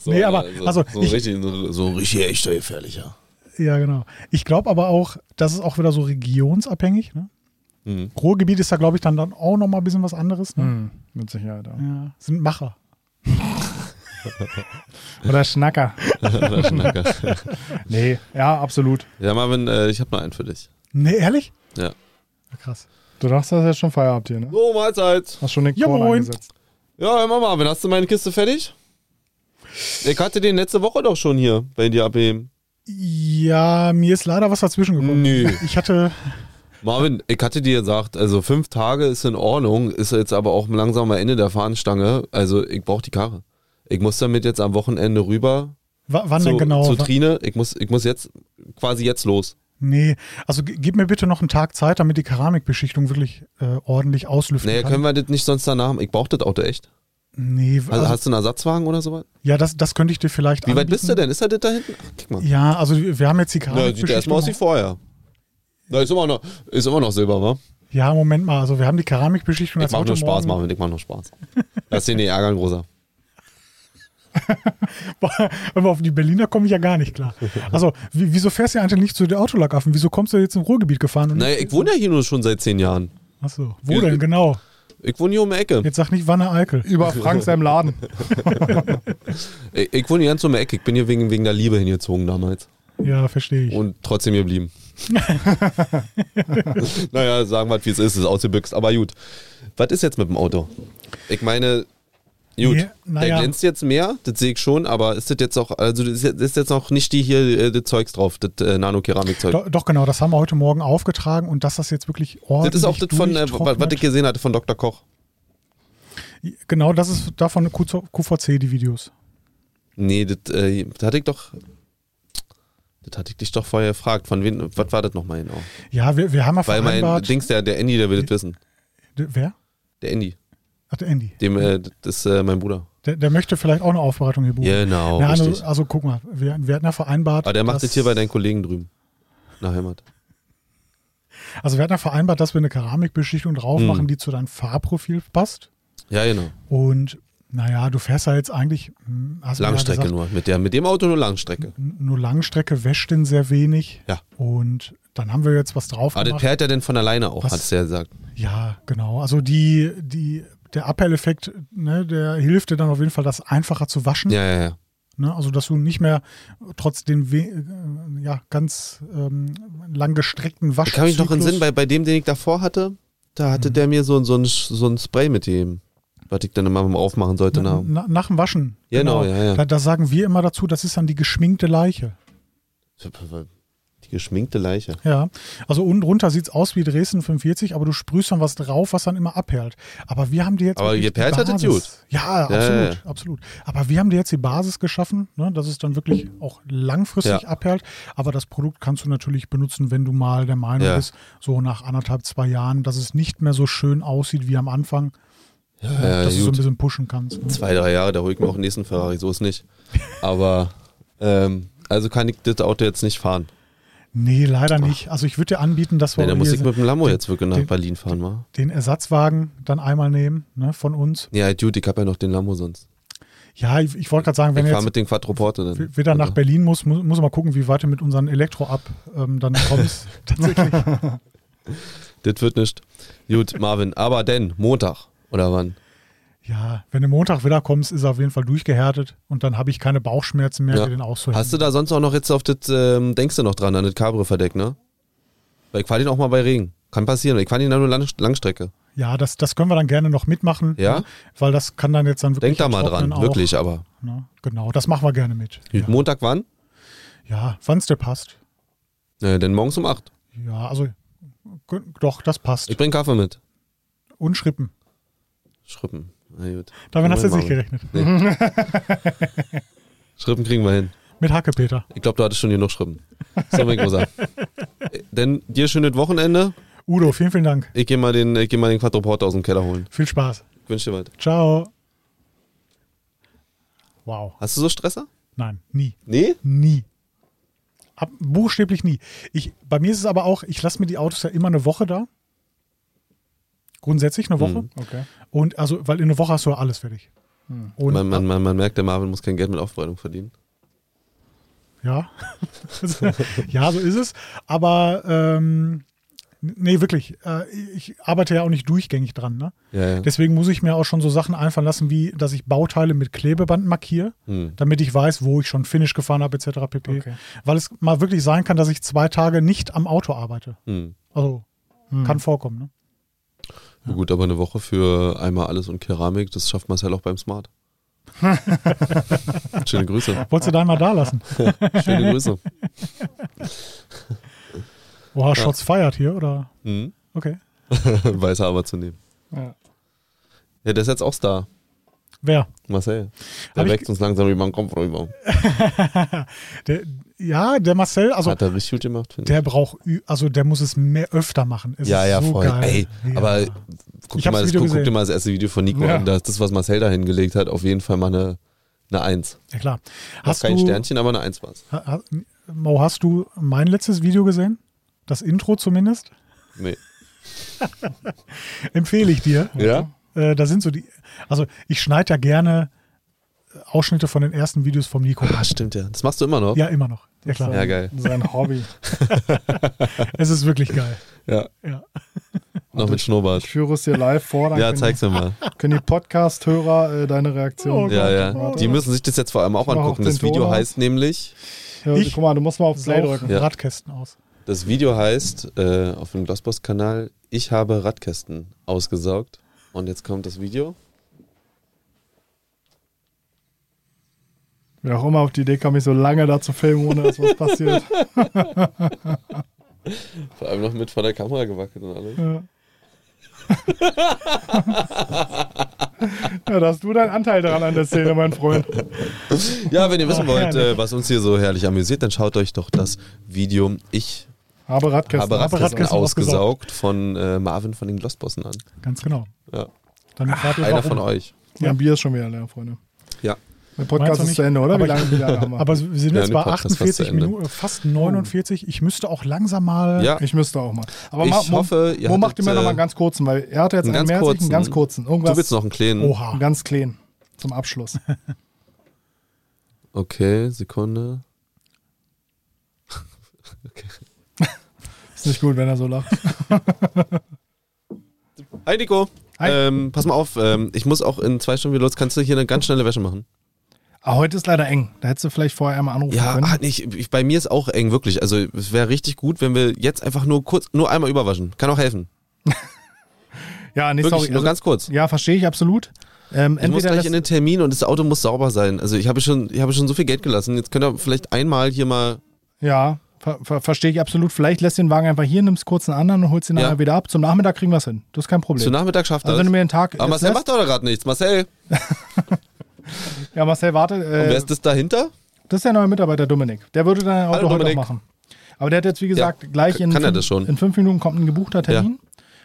S3: So,
S2: Nee, aber,
S3: äh,
S2: also,
S3: so,
S2: ich-
S3: richtig, so, so richtig
S2: *laughs*
S3: echter Gefährlicher.
S2: ja, genau. Ich glaube aber auch, das ist auch wieder so regionsabhängig. Ne?
S3: Mhm.
S2: Ruhrgebiet ist da, glaube ich, dann, dann auch nochmal ein bisschen was anderes. Ne?
S1: Hm, mit Sicherheit. Ja.
S2: Ja, sind Macher.
S1: Oder Schnacker. nee, ja, absolut.
S3: Ja, Marvin, äh, ich habe noch einen für dich.
S2: Nee, ehrlich?
S3: Ja.
S2: Ja, Krass.
S1: Du dachtest, das ist jetzt schon Feierabend hier, ne?
S3: So, Mahlzeit.
S1: Hast schon den
S2: Ja,
S1: Korn
S2: moin.
S1: eingesetzt.
S3: Ja, hör mal, Marvin, hast du meine Kiste fertig? Ich hatte den letzte Woche doch schon hier bei dir abheben.
S2: Ja, mir ist leider was dazwischen gekommen.
S3: Nö.
S1: Mhm.
S2: Ich hatte,
S3: Marvin, ich hatte dir gesagt, also fünf Tage ist in Ordnung, ist jetzt aber auch langsam am Ende der Fahnenstange. Also ich brauche die Karre. Ich muss damit jetzt am Wochenende rüber
S2: wa- wann
S3: zu,
S2: denn genau?
S3: zu
S2: Wa-
S3: Trine. Ich muss, ich muss jetzt quasi jetzt los.
S2: Nee, also ge- gib mir bitte noch einen Tag Zeit, damit die Keramikbeschichtung wirklich äh, ordentlich auslüften
S3: Naja,
S2: kann.
S3: können wir das nicht sonst danach? Ich brauche das Auto echt.
S2: nee,
S3: Also,
S2: also,
S3: hast du einen Ersatzwagen oder sowas?
S2: ja, das, das könnte ich dir vielleicht
S3: Wie weit bist du
S2: anbieten.
S3: denn? Ist er das da hinten? Ach, guck mal.
S2: Ja, also wir haben jetzt die
S3: Na, sieht erstmal aus wie
S2: Keramikbeschichtung.
S3: vorher. Na, ist immer noch, ist immer noch Silber, wa?
S2: Ja, Moment mal, also wir haben die Keramikbeschichtung
S3: Ich mach nur Spaß,
S2: morgen-
S3: Marvin, ich mach nur Spaß. Lass den nicht ärgern, Großer.
S2: *laughs* Aber auf die Berliner komme ich ja gar nicht
S3: *laughs*
S2: klar. Also, wie, wieso fährst du eigentlich nicht zu den Autolackaffen? Wieso kommst du jetzt im Ruhrgebiet gefahren? Und
S3: Naja, ich wohne ja hier nur schon seit zehn Jahren.
S2: Achso, wo
S3: äh,
S2: denn genau?
S3: Ich wohne hier um die Ecke.
S2: Jetzt sag nicht Wanne Eickel.
S1: Über Frank seinem Laden.
S3: Ich, ich wohne hier ganz um die Ecke. Ich bin hier wegen, wegen der Liebe hingezogen damals.
S2: Ja, verstehe ich.
S3: Und trotzdem
S2: *laughs*
S3: hier geblieben. naja, sagen wir, halt, wie es ist, ist ausgebüxt. Aber gut. Was ist jetzt mit dem Auto? Ich meine, gut,
S2: Nee, naja.
S3: der glänzt jetzt mehr, das sehe ich schon, aber ist das jetzt auch, also das ist jetzt- das ist jetzt noch nicht die hier, äh, das Zeugs drauf, das äh, Nanokeramikzeug.
S2: Doch, doch, genau, das haben wir heute Morgen aufgetragen und dass das jetzt wirklich ordentlich
S3: Das ist auch das von, äh, wa- was ich
S2: durchtrocknet.
S3: gesehen hatte von Dr. Koch.
S2: Genau, das ist davon Q- QVC, die Videos.
S3: Nee, das, äh, das hatte ich doch. Das hatte ich dich doch vorher gefragt. Von wem, was war das nochmal genau?
S2: Ja, wir, wir haben ja
S3: Weil mein
S2: vereinbart...
S3: Dings, der, der Andy, der will das wissen.
S2: D- Wer?
S3: Der Andy.
S2: Ach, der Andy.
S3: Dem, äh, das ist äh, mein Bruder.
S2: Der, der möchte vielleicht auch eine Aufbereitung hier buchen.
S3: Genau,
S2: ja, also,
S3: richtig.
S2: also guck mal, wir, wir hatten ja vereinbart...
S3: Aber der macht
S2: dass-
S3: das hier bei deinen Kollegen drüben. In der Heimat.
S2: Also wir hatten ja vereinbart, dass wir eine Keramikbeschichtung drauf
S3: Hm.
S2: machen, die zu deinem Fahrprofil passt.
S3: Ja, genau.
S2: Und naja, du fährst ja jetzt eigentlich hm, hast du
S3: Langstrecke
S2: ja gesagt,
S3: nur. Mit, der, mit dem Auto nur Langstrecke.
S2: n- nur Langstrecke, wäscht denn sehr wenig.
S3: Ja.
S2: Und dann haben wir jetzt was drauf
S3: Aber das
S2: gemacht.
S3: fährt er denn von alleine auch,
S2: Was?
S3: hat es ja gesagt.
S2: Ja, genau. Also die, die, der Abhelleffekt, ne, der hilft dir dann auf jeden Fall, das einfacher zu waschen.
S3: Ja, ja, ja.
S2: Ne? Also dass du nicht mehr trotz den we äh, ja, ganz ähm, lang gestreckten Wasch.
S3: Ich kann mich noch in den Sinn, bei, bei dem, den ich davor hatte, da hatte
S2: Hm.
S3: der mir so, so, ein, so ein Spray mit dem, was ich dann immer mal aufmachen sollte.
S2: na,
S3: Na,
S2: na, nach dem Waschen.
S3: Genau, ja, ja.
S2: Da, da sagen wir immer dazu, das ist dann die geschminkte Leiche.
S3: die geschminkte Leiche.
S2: Ja, also unten runter sieht's aus wie Dresden 45, aber du sprühst dann was drauf, was dann immer abperlt. Aber wir haben dir jetzt.
S3: Aber
S2: wirklich
S3: geperlt
S2: die
S3: hat es
S2: Basis- Ja,
S3: Ja,
S2: absolut,
S3: ja,
S2: absolut. Aber wir haben dir jetzt die Basis geschaffen, ne, dass es dann wirklich auch langfristig
S3: Ja.
S2: abperlt. Aber das Produkt kannst du natürlich benutzen, wenn du mal der Meinung
S3: Ja.
S2: bist, so nach anderthalb, zwei Jahren, dass es nicht mehr so schön aussieht wie am Anfang,
S3: Ja,
S2: dass du so ein
S3: gut.
S2: bisschen pushen kannst. Ne?
S3: Zwei, drei Jahre, da hol ich mir auch den nächsten Ferrari, so ist nicht. Aber Ähm, also kann ich das Auto jetzt nicht fahren.
S2: Nee, leider nicht. Also ich würde dir anbieten, dass wir
S3: Nee, da muss
S2: hier
S3: ich mit dem Lambo
S2: den-
S3: jetzt wirklich nach
S2: den-
S3: Berlin fahren, mal.
S2: den Ersatzwagen dann einmal nehmen ne, von uns.
S3: Ja, gut, ich habe ja noch den Lambo sonst.
S2: Ja, ich, ich wollte gerade sagen, wenn
S3: ich
S2: du
S3: fahre
S2: jetzt
S3: mit den Quattroporte dann.
S2: wieder nach
S3: Oder?
S2: Berlin musst, muss, muss man mal gucken, wie weit du mit unseren Elektro ab ähm,
S3: *laughs*
S2: dann kommst. Tatsächlich.
S3: Das wird nicht. Gut, Marvin, aber denn Montag oder wann?
S2: Ja, wenn du Montag wiederkommst, ist er auf jeden Fall durchgehärtet und dann habe ich keine Bauchschmerzen mehr,
S3: Ja.
S2: dir den auszuhängen.
S3: Hast du da sonst auch noch jetzt auf das, ähm, denkst du noch dran, an das Cabrio-Verdeck, ne? Weil ich fahre den auch mal bei Regen. Kann passieren. Ich fahre den dann nur Lang Langstrecke.
S2: Ja, das, das können wir dann gerne noch mitmachen.
S3: Ja?
S2: ne? Weil das kann dann jetzt dann wirklich.
S3: Denk da mal
S2: enttrocknen
S3: dran,
S2: auch,
S3: wirklich, aber.
S2: Ne? Genau, das machen wir gerne mit.
S3: Gut,
S2: Ja,
S3: Montag wann?
S2: ja wann es dir passt.
S3: Ja, denn morgens um 8.
S2: Ja, also g- doch, das passt.
S3: Ich bring Kaffee mit.
S2: Und Schrippen.
S3: Schrippen. Na gut.
S2: Damit
S3: Moment,
S2: hast du jetzt nicht
S3: Marvin.
S2: gerechnet.
S3: Schrippen kriegen wir hin.
S2: Mit Hacke, Peter.
S3: Ich glaube, du hattest schon genug Schrippen. So,
S2: *laughs*
S3: mein Großer. Äh, Denn dir schönes Wochenende.
S2: Udo, vielen, vielen Dank.
S3: Ich gehe mal den, ich geh mal den Quadroporter aus dem Keller holen.
S2: Viel Spaß.
S3: Ich wünsche dir was.
S2: Ciao. Wow.
S3: Hast du so Stresser?
S2: Nein, nie.
S3: Nee?
S2: Nie. Ab, buchstäblich nie. Ich, bei mir ist es aber auch, ich lasse mir die Autos ja immer eine Woche da. Grundsätzlich eine Woche.
S3: Mhm.
S1: Okay.
S2: Und also, weil in einer Woche hast du ja alles fertig.
S1: Hm.
S2: Und,
S3: Man, man, man, man merkt, der Marvin muss kein Geld mit Aufbereitung verdienen.
S2: Ja. *laughs* Also, ja, so ist es. Aber ähm, nee, wirklich. Äh, ich arbeite ja auch nicht durchgängig dran. Ne?
S3: Ja, ja.
S2: Deswegen muss ich mir auch schon so Sachen einfallen lassen, wie dass ich Bauteile mit Klebeband markiere,
S3: Hm.
S2: damit ich weiß, wo ich schon Finish gefahren habe, etc. pp.
S1: Okay.
S2: Weil es mal wirklich sein kann, dass ich zwei Tage nicht am Auto arbeite.
S3: Hm.
S2: Also
S1: Hm.
S2: kann vorkommen. Ne?
S3: Na Gut, aber eine Woche für einmal alles und Keramik, das schafft Marcel auch beim
S2: *laughs*
S3: Smart. Schöne Grüße.
S2: Wolltest du deinen mal da lassen?
S3: Schöne Grüße.
S2: Boah, Shots feiert hier, oder?
S3: Hm. *laughs*
S2: Okay.
S3: Weiß er aber zu nehmen.
S1: Ja.
S3: Ja, der ist jetzt auch Star.
S2: Wer?
S3: Marcel.
S2: Hab
S3: Der
S2: ich
S3: wächst uns langsam über den Kopf rüber.
S2: Der, ja, der Marcel, also
S3: Hat er richtig gut gemacht, finde ich.
S2: der braucht, ü- also der muss es mehr öfter machen. Es
S3: Ja,
S2: ist
S3: ja,
S2: so
S3: voll.
S2: Geil.
S3: Ey,
S2: ja.
S3: aber guck
S2: Ich hab's
S3: dir, mal das,
S2: Video
S3: guck, guck dir
S2: gesehen.
S3: mal das erste Video von Nico
S1: Ja.
S3: an. Das, das, was Marcel da hingelegt hat, auf jeden Fall mal eine, eine Eins.
S2: Ja, klar.
S3: Hast
S2: Hast
S3: kein
S2: du,
S3: Sternchen, aber eine Eins war's.
S2: ha, ha, Mo, hast du mein letztes Video gesehen? Das Intro zumindest?
S3: Nee.
S2: Empfehle ich
S3: *laughs*
S2: dir.
S3: Ja?
S2: Äh, da sind so die, also ich schneide ja gerne Ausschnitte von den ersten Videos vom Nico.
S3: Ah, stimmt ja. Das machst du immer noch?
S2: Ja, immer noch. Ja,
S1: Sein,
S2: klar.
S3: Ja, geil.
S1: Sein Hobby.
S2: Es ist wirklich geil.
S3: Ja.
S2: Ja.
S3: Noch mit
S1: Ich
S3: Schnurrbart.
S1: führe es dir live vor, dann
S3: Ja,
S1: können,
S3: zeig's mir mal.
S1: können die Podcast-Hörer äh, deine
S2: Oh
S1: Reaktion.
S2: Gott.
S3: Ja,
S2: *laughs*
S3: ja.
S1: warte.
S3: Die müssen sich das jetzt vor allem auch
S1: mach auch
S3: angucken.
S1: den
S3: Das Video
S1: Ton aus.
S3: heißt nämlich,
S1: Ja,
S2: Ich-
S1: guck mal, du musst mal auf Play
S2: Sau
S1: drücken.
S3: Ja.
S2: Radkästen aus.
S3: das Video heißt äh, auf dem Glossboss-Kanal, ich habe Radkästen ausgesaugt. Und jetzt kommt das Video.
S1: Wer auch immer auf die Idee kam, mich so lange da zu filmen, ohne dass was
S2: *laughs*
S1: passiert.
S3: Vor allem noch mit vor der Kamera gewackelt und alles.
S1: Ja. ja, da hast du deinen Anteil daran an der Szene, mein Freund.
S3: Ja, wenn ihr wissen
S2: Ah,
S3: wollt, äh,
S2: herrlich.
S3: was uns hier so herrlich amüsiert, dann schaut euch doch das Video Ich
S1: Habe Radkästen.
S3: habe Radkästen,
S2: Radkästen
S3: ausgesaugt von äh, Marvin von den Glossbossen an.
S2: Ganz genau.
S3: Ja.
S2: Dann erfahrt ihr,
S3: Einer
S2: warum.
S3: von euch.
S1: Mein Bier ist schon wieder leer, Freunde.
S3: Ja.
S1: Der
S2: Meinst
S1: Podcast
S2: du
S1: ist
S2: nicht?
S1: zu Ende, oder? Wie
S2: Aber-
S1: lange, wie lange
S3: *laughs*
S1: haben wir?
S2: Aber wir sind
S3: Ja,
S2: jetzt
S3: der
S2: bei
S3: Podcast ist fast zu
S2: 48
S3: Ende.
S2: Minuten, fast 49. Ich müsste auch langsam mal.
S3: Ja,
S1: ich müsste auch mal. Aber
S3: Ich
S1: mach- Mo-
S3: hoffe, ihr
S1: Mo
S3: hattet,
S1: macht immer noch mal
S3: äh,
S1: einen ganz kurzen, weil er hatte jetzt
S3: einen
S1: einen
S3: ganz
S1: mehr als ich, einen
S3: kurzen.
S1: ganz kurzen.
S3: du
S1: Irgendwas Ah.
S3: willst noch einen kleinen.
S1: Oh.
S2: Oha.
S1: ganz clean zum
S3: *laughs*
S1: Abschluss.
S3: Okay, Sekunde.
S1: Ist nicht gut, wenn er so lacht.
S3: Hi Nico.
S1: Hi.
S3: Ähm, pass mal auf, ähm, ich muss auch in zwei Stunden wieder los. Kannst du hier eine ganz schnelle Wäsche machen?
S1: Aber heute ist leider eng. Da hättest du vielleicht vorher einmal anrufen
S3: Ja,
S1: können.
S3: ah, nee, ich, ich, bei mir ist auch eng, wirklich. Also es wäre richtig gut, wenn wir jetzt einfach nur kurz, nur einmal überwaschen. Kann auch helfen.
S1: Ja, nee,
S3: Wirklich,
S1: sorry.
S3: nur
S1: Also,
S3: ganz kurz.
S1: ja, verstehe ich absolut. Ähm,
S3: Ich muss
S1: entweder
S3: gleich in
S1: das,
S3: den Termin und das Auto muss sauber sein. Also ich habe schon, ich habe schon so viel Geld gelassen. Jetzt könnt ihr vielleicht einmal hier mal.
S1: ja, ver ver verstehe ich absolut. Vielleicht lässt den Wagen einfach hier, nimmst kurz einen anderen und holst ihn
S3: Ja.
S1: nachher wieder ab. Zum Nachmittag kriegen wir es hin. Das ist kein Problem.
S3: Zu Nachmittag schafft
S1: also
S3: das.
S1: wenn du mir den Tag. jetzt
S3: Aber Marcel
S1: lässt- Äh,
S3: macht doch gerade nichts. Marcel,
S1: ja, Marcel, warte.
S3: und
S1: Äh,
S3: wer ist das dahinter?
S1: das ist der neue Mitarbeiter Dominik. Der würde dein Auto
S3: Hallo,
S1: heute auch
S3: Dominik.
S1: machen. Aber der hat jetzt, wie gesagt, gleich in,
S3: kann er
S1: fünf-
S3: das schon?
S1: in fünf Minuten kommt ein gebuchter Termin.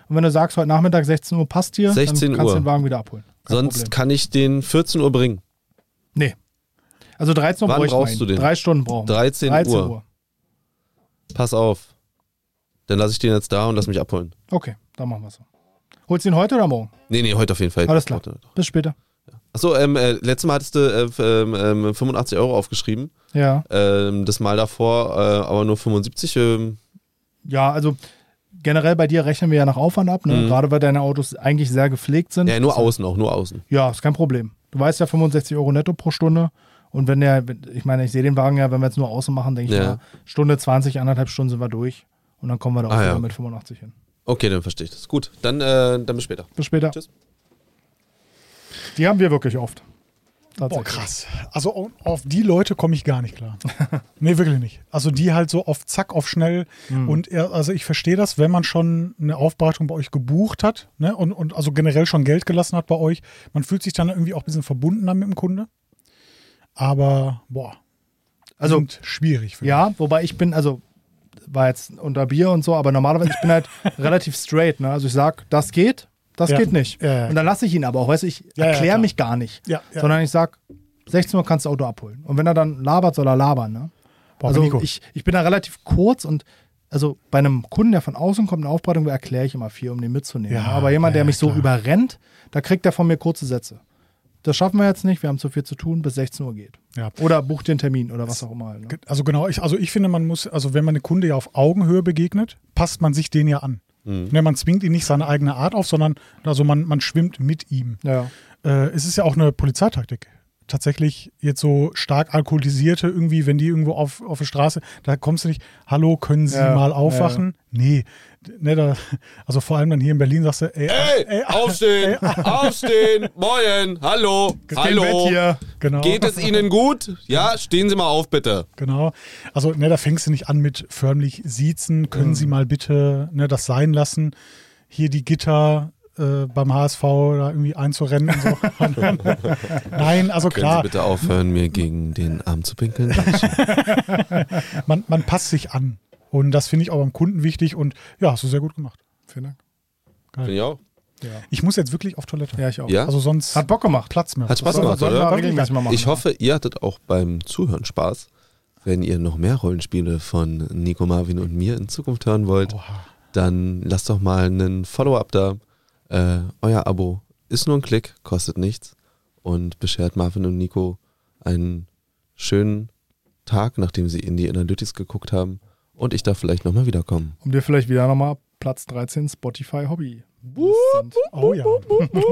S1: Und wenn du sagst, heute Nachmittag 16 Uhr passt dir,
S3: 16
S1: dann kannst
S3: Uhr.
S1: du den Wagen wieder abholen. Kein
S3: Sonst
S1: Problem.
S3: kann ich den 14 Uhr bringen.
S1: Nee. Also 13 Uhr
S3: Wann
S1: bräuchten wir
S3: brauchst
S1: ihn.
S3: du den?
S1: Drei Stunden brauchen wir.
S3: 13 Uhr. Pass auf. Dann lasse ich den jetzt da und lass mich abholen.
S1: Okay, dann machen wir so. Holst du ihn heute oder morgen?
S3: Nee, nee, heute auf jeden Fall.
S1: Alles klar.
S3: Heute.
S1: Bis später.
S3: Achso, ähm, äh, letztes Mal hattest du äh, f- ähm, ähm, 85 Euro aufgeschrieben.
S1: Ja.
S3: Ähm, das Mal davor äh, aber nur 75. Ähm,
S1: Ja, also generell bei dir rechnen wir ja nach Aufwand ab, ne?
S3: Mhm.
S1: gerade weil deine Autos eigentlich sehr gepflegt sind.
S3: ja, nur außen auch, nur außen.
S1: Ja, ist kein Problem. Du weißt ja 65 Euro netto pro Stunde. Und wenn der, wenn- ich meine, ich sehe den Wagen ja, wenn wir jetzt nur außen machen, denke ich
S3: Ja.
S1: mal, Stunde 20, anderthalb Stunden sind wir durch. Und dann kommen wir da auch
S3: Ah,
S1: wieder
S3: ja.
S1: mit 85 hin.
S3: Okay, dann verstehe ich das. Gut, dann, äh, dann bis später.
S1: Bis später.
S3: Tschüss.
S1: Die haben wir wirklich oft.
S2: Boah,
S1: Tatsächlich.
S2: krass. Also au- auf die Leute komme ich gar nicht
S3: *laughs*
S2: klar. nee, wirklich nicht. Also die halt so auf Zack, auf schnell.
S3: Mhm.
S2: Und er, also ich verstehe das, wenn man schon eine Aufbereitung bei euch gebucht hat ne? und, und also generell schon Geld gelassen hat bei euch. Man fühlt sich dann irgendwie auch ein bisschen verbundener mit dem Kunde. Aber, boah,
S1: Also,
S2: sind schwierig. finde
S1: ja, wobei ich bin, also war jetzt unter Bier und so, aber normalerweise ich bin
S2: *laughs*
S1: halt relativ straight. Ne? Also ich sag, das geht, das
S2: Ja.
S1: geht nicht.
S2: Ja, ja.
S1: Und dann lasse ich ihn aber auch, weißt du, ich
S2: Ja, ja,
S1: erkläre
S2: klar.
S1: mich gar nicht.
S2: ich. ja, ja.
S1: sondern ich sag 16 Uhr kannst du Auto abholen. Und wenn er dann labert, soll er labern. Ne?
S2: Boah,
S1: also
S2: Nico.
S1: ich, ich bin da relativ kurz und also bei einem Kunden, der von außen kommt, eine Aufbereitung, da erkläre ich immer viel, um den mitzunehmen.
S2: Ja,
S1: Aber jemand,
S2: ja,
S1: der mich so
S2: klar.
S1: überrennt, da kriegt er von mir kurze Sätze. Das schaffen wir jetzt nicht, wir haben zu viel zu tun, bis 16 Uhr geht.
S2: Ja.
S1: Oder bucht den Termin oder was auch immer. halt, Ne?
S2: Ge- Also genau, ich, also ich finde, man muss, also wenn man einem Kunde ja auf Augenhöhe begegnet, passt man sich den ja an. Ne, man zwingt ihn nicht seine eigene Art auf, sondern also man, man schwimmt mit ihm.
S1: Ja.
S2: Äh, es ist ja auch eine Polizeitaktik. Tatsächlich jetzt so stark alkoholisierte irgendwie, wenn die irgendwo auf, auf der Straße, da kommst du nicht, hallo, können Sie
S1: Ja,
S2: mal aufwachen? Nee. D- Ne, da, also vor allem dann hier in Berlin sagst du, ey,
S3: Hey,
S2: ey,
S3: aufstehen, aufstehen, moin, hallo, hallo.
S1: hier.
S2: genau.
S3: Geht es Ihnen gut? Ja, stehen Sie mal auf, bitte.
S2: Genau. Also, ne, da fängst du nicht an mit förmlich siezen,
S3: Mhm.
S2: können Sie mal bitte ne, das sein lassen, hier die Gitter äh, beim HSV da irgendwie einzurennen und
S3: *laughs*
S2: so. *laughs* Nein, also
S3: Können Sie
S2: klar,
S3: bitte aufhören, mir gegen den Arm
S2: *laughs*
S3: zu pinkeln?
S2: man, man passt sich an. Und das finde ich auch beim Kunden wichtig und ja, hast du sehr gut gemacht.
S1: Vielen Dank.
S3: Bin ich auch.
S1: Ja.
S2: Ich muss jetzt wirklich auf Toilette.
S1: ja, ich auch.
S3: Ja?
S2: Also sonst
S1: Hat Bock gemacht.
S2: Platz mehr.
S3: Hat Spaß
S1: Soll-
S3: gemacht,
S1: sollten wir
S3: oder?
S1: regelmäßig mal machen.
S2: ne?
S3: Ich hoffe, ihr hattet auch beim Zuhören Spaß. Wenn ihr noch mehr Rollenspiele von Nico, Marvin und mir in Zukunft hören wollt,
S2: Oha.
S3: dann lasst doch mal einen Follow-up da. Äh, euer Abo ist nur ein Klick, kostet nichts und beschert Marvin und Nico einen schönen Tag, nachdem sie in die Analytics geguckt haben und ich darf vielleicht nochmal wiederkommen.
S1: Um dir vielleicht wieder nochmal Platz 13 Spotify Hobby.
S2: Oh ja.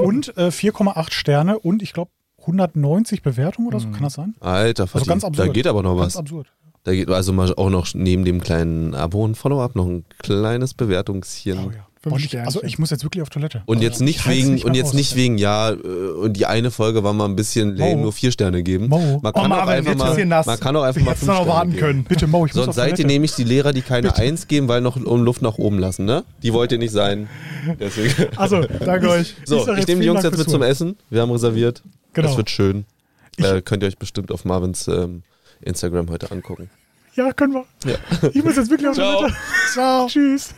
S2: Und äh, 4,8 Sterne und ich glaube 190 Bewertungen oder so, kann das sein?
S3: Alter,
S2: Also ganz
S3: verdammt, da
S2: absurd.
S3: geht Mhm. aber noch
S2: Ganz
S3: was.
S2: absurd.
S3: Da geht also mal auch noch neben dem kleinen Abo und Follow-up noch ein kleines Bewertungschen.
S2: Oh ja.
S1: Fünf
S2: Und ich, also
S1: Sternchen.
S2: ich muss jetzt wirklich auf Toilette.
S3: Und jetzt nicht
S2: Oh, halte es
S3: wegen,
S2: nicht
S3: und
S2: mehr
S3: jetzt
S2: aus.
S3: nicht wegen, ja, äh, und die eine Folge war mal ein bisschen lame,
S2: Mo.
S3: nur vier Sterne geben.
S2: Mo.
S3: Man kann
S1: Oh,
S3: auch
S1: Marvin,
S3: einfach
S1: jetzt ist
S3: mal,
S1: hier nass.
S3: man kann auch einfach mal
S1: Hättest
S3: fünf
S1: du noch
S3: Sterne
S1: warten
S3: geben.
S1: können.
S2: Bitte, Mo, ich muss
S3: Sonst
S2: auf
S3: seid
S2: Toilette.
S3: ihr nämlich die Lehrer, die keine Eins geben, weil noch um Luft nach oben lassen, ne? Die wollt ihr
S2: *laughs*
S3: nicht sein. Deswegen.
S2: Also,
S1: Danke euch.
S2: Ich
S3: *laughs* So,
S2: sag
S3: ich,
S2: jetzt vielen
S3: nehme die Jungs
S2: Dank
S3: jetzt mit
S2: fürs
S3: zum Essen. Wir haben reserviert.
S2: Genau.
S3: Das wird schön. Äh, könnt ihr euch bestimmt auf Marvins ähm, Instagram heute angucken.
S2: Genau. ja, können wir.
S3: *laughs* Ja.
S2: Ich muss jetzt wirklich auf
S3: Ciao.
S2: Toilette. Ciao. Tschüss.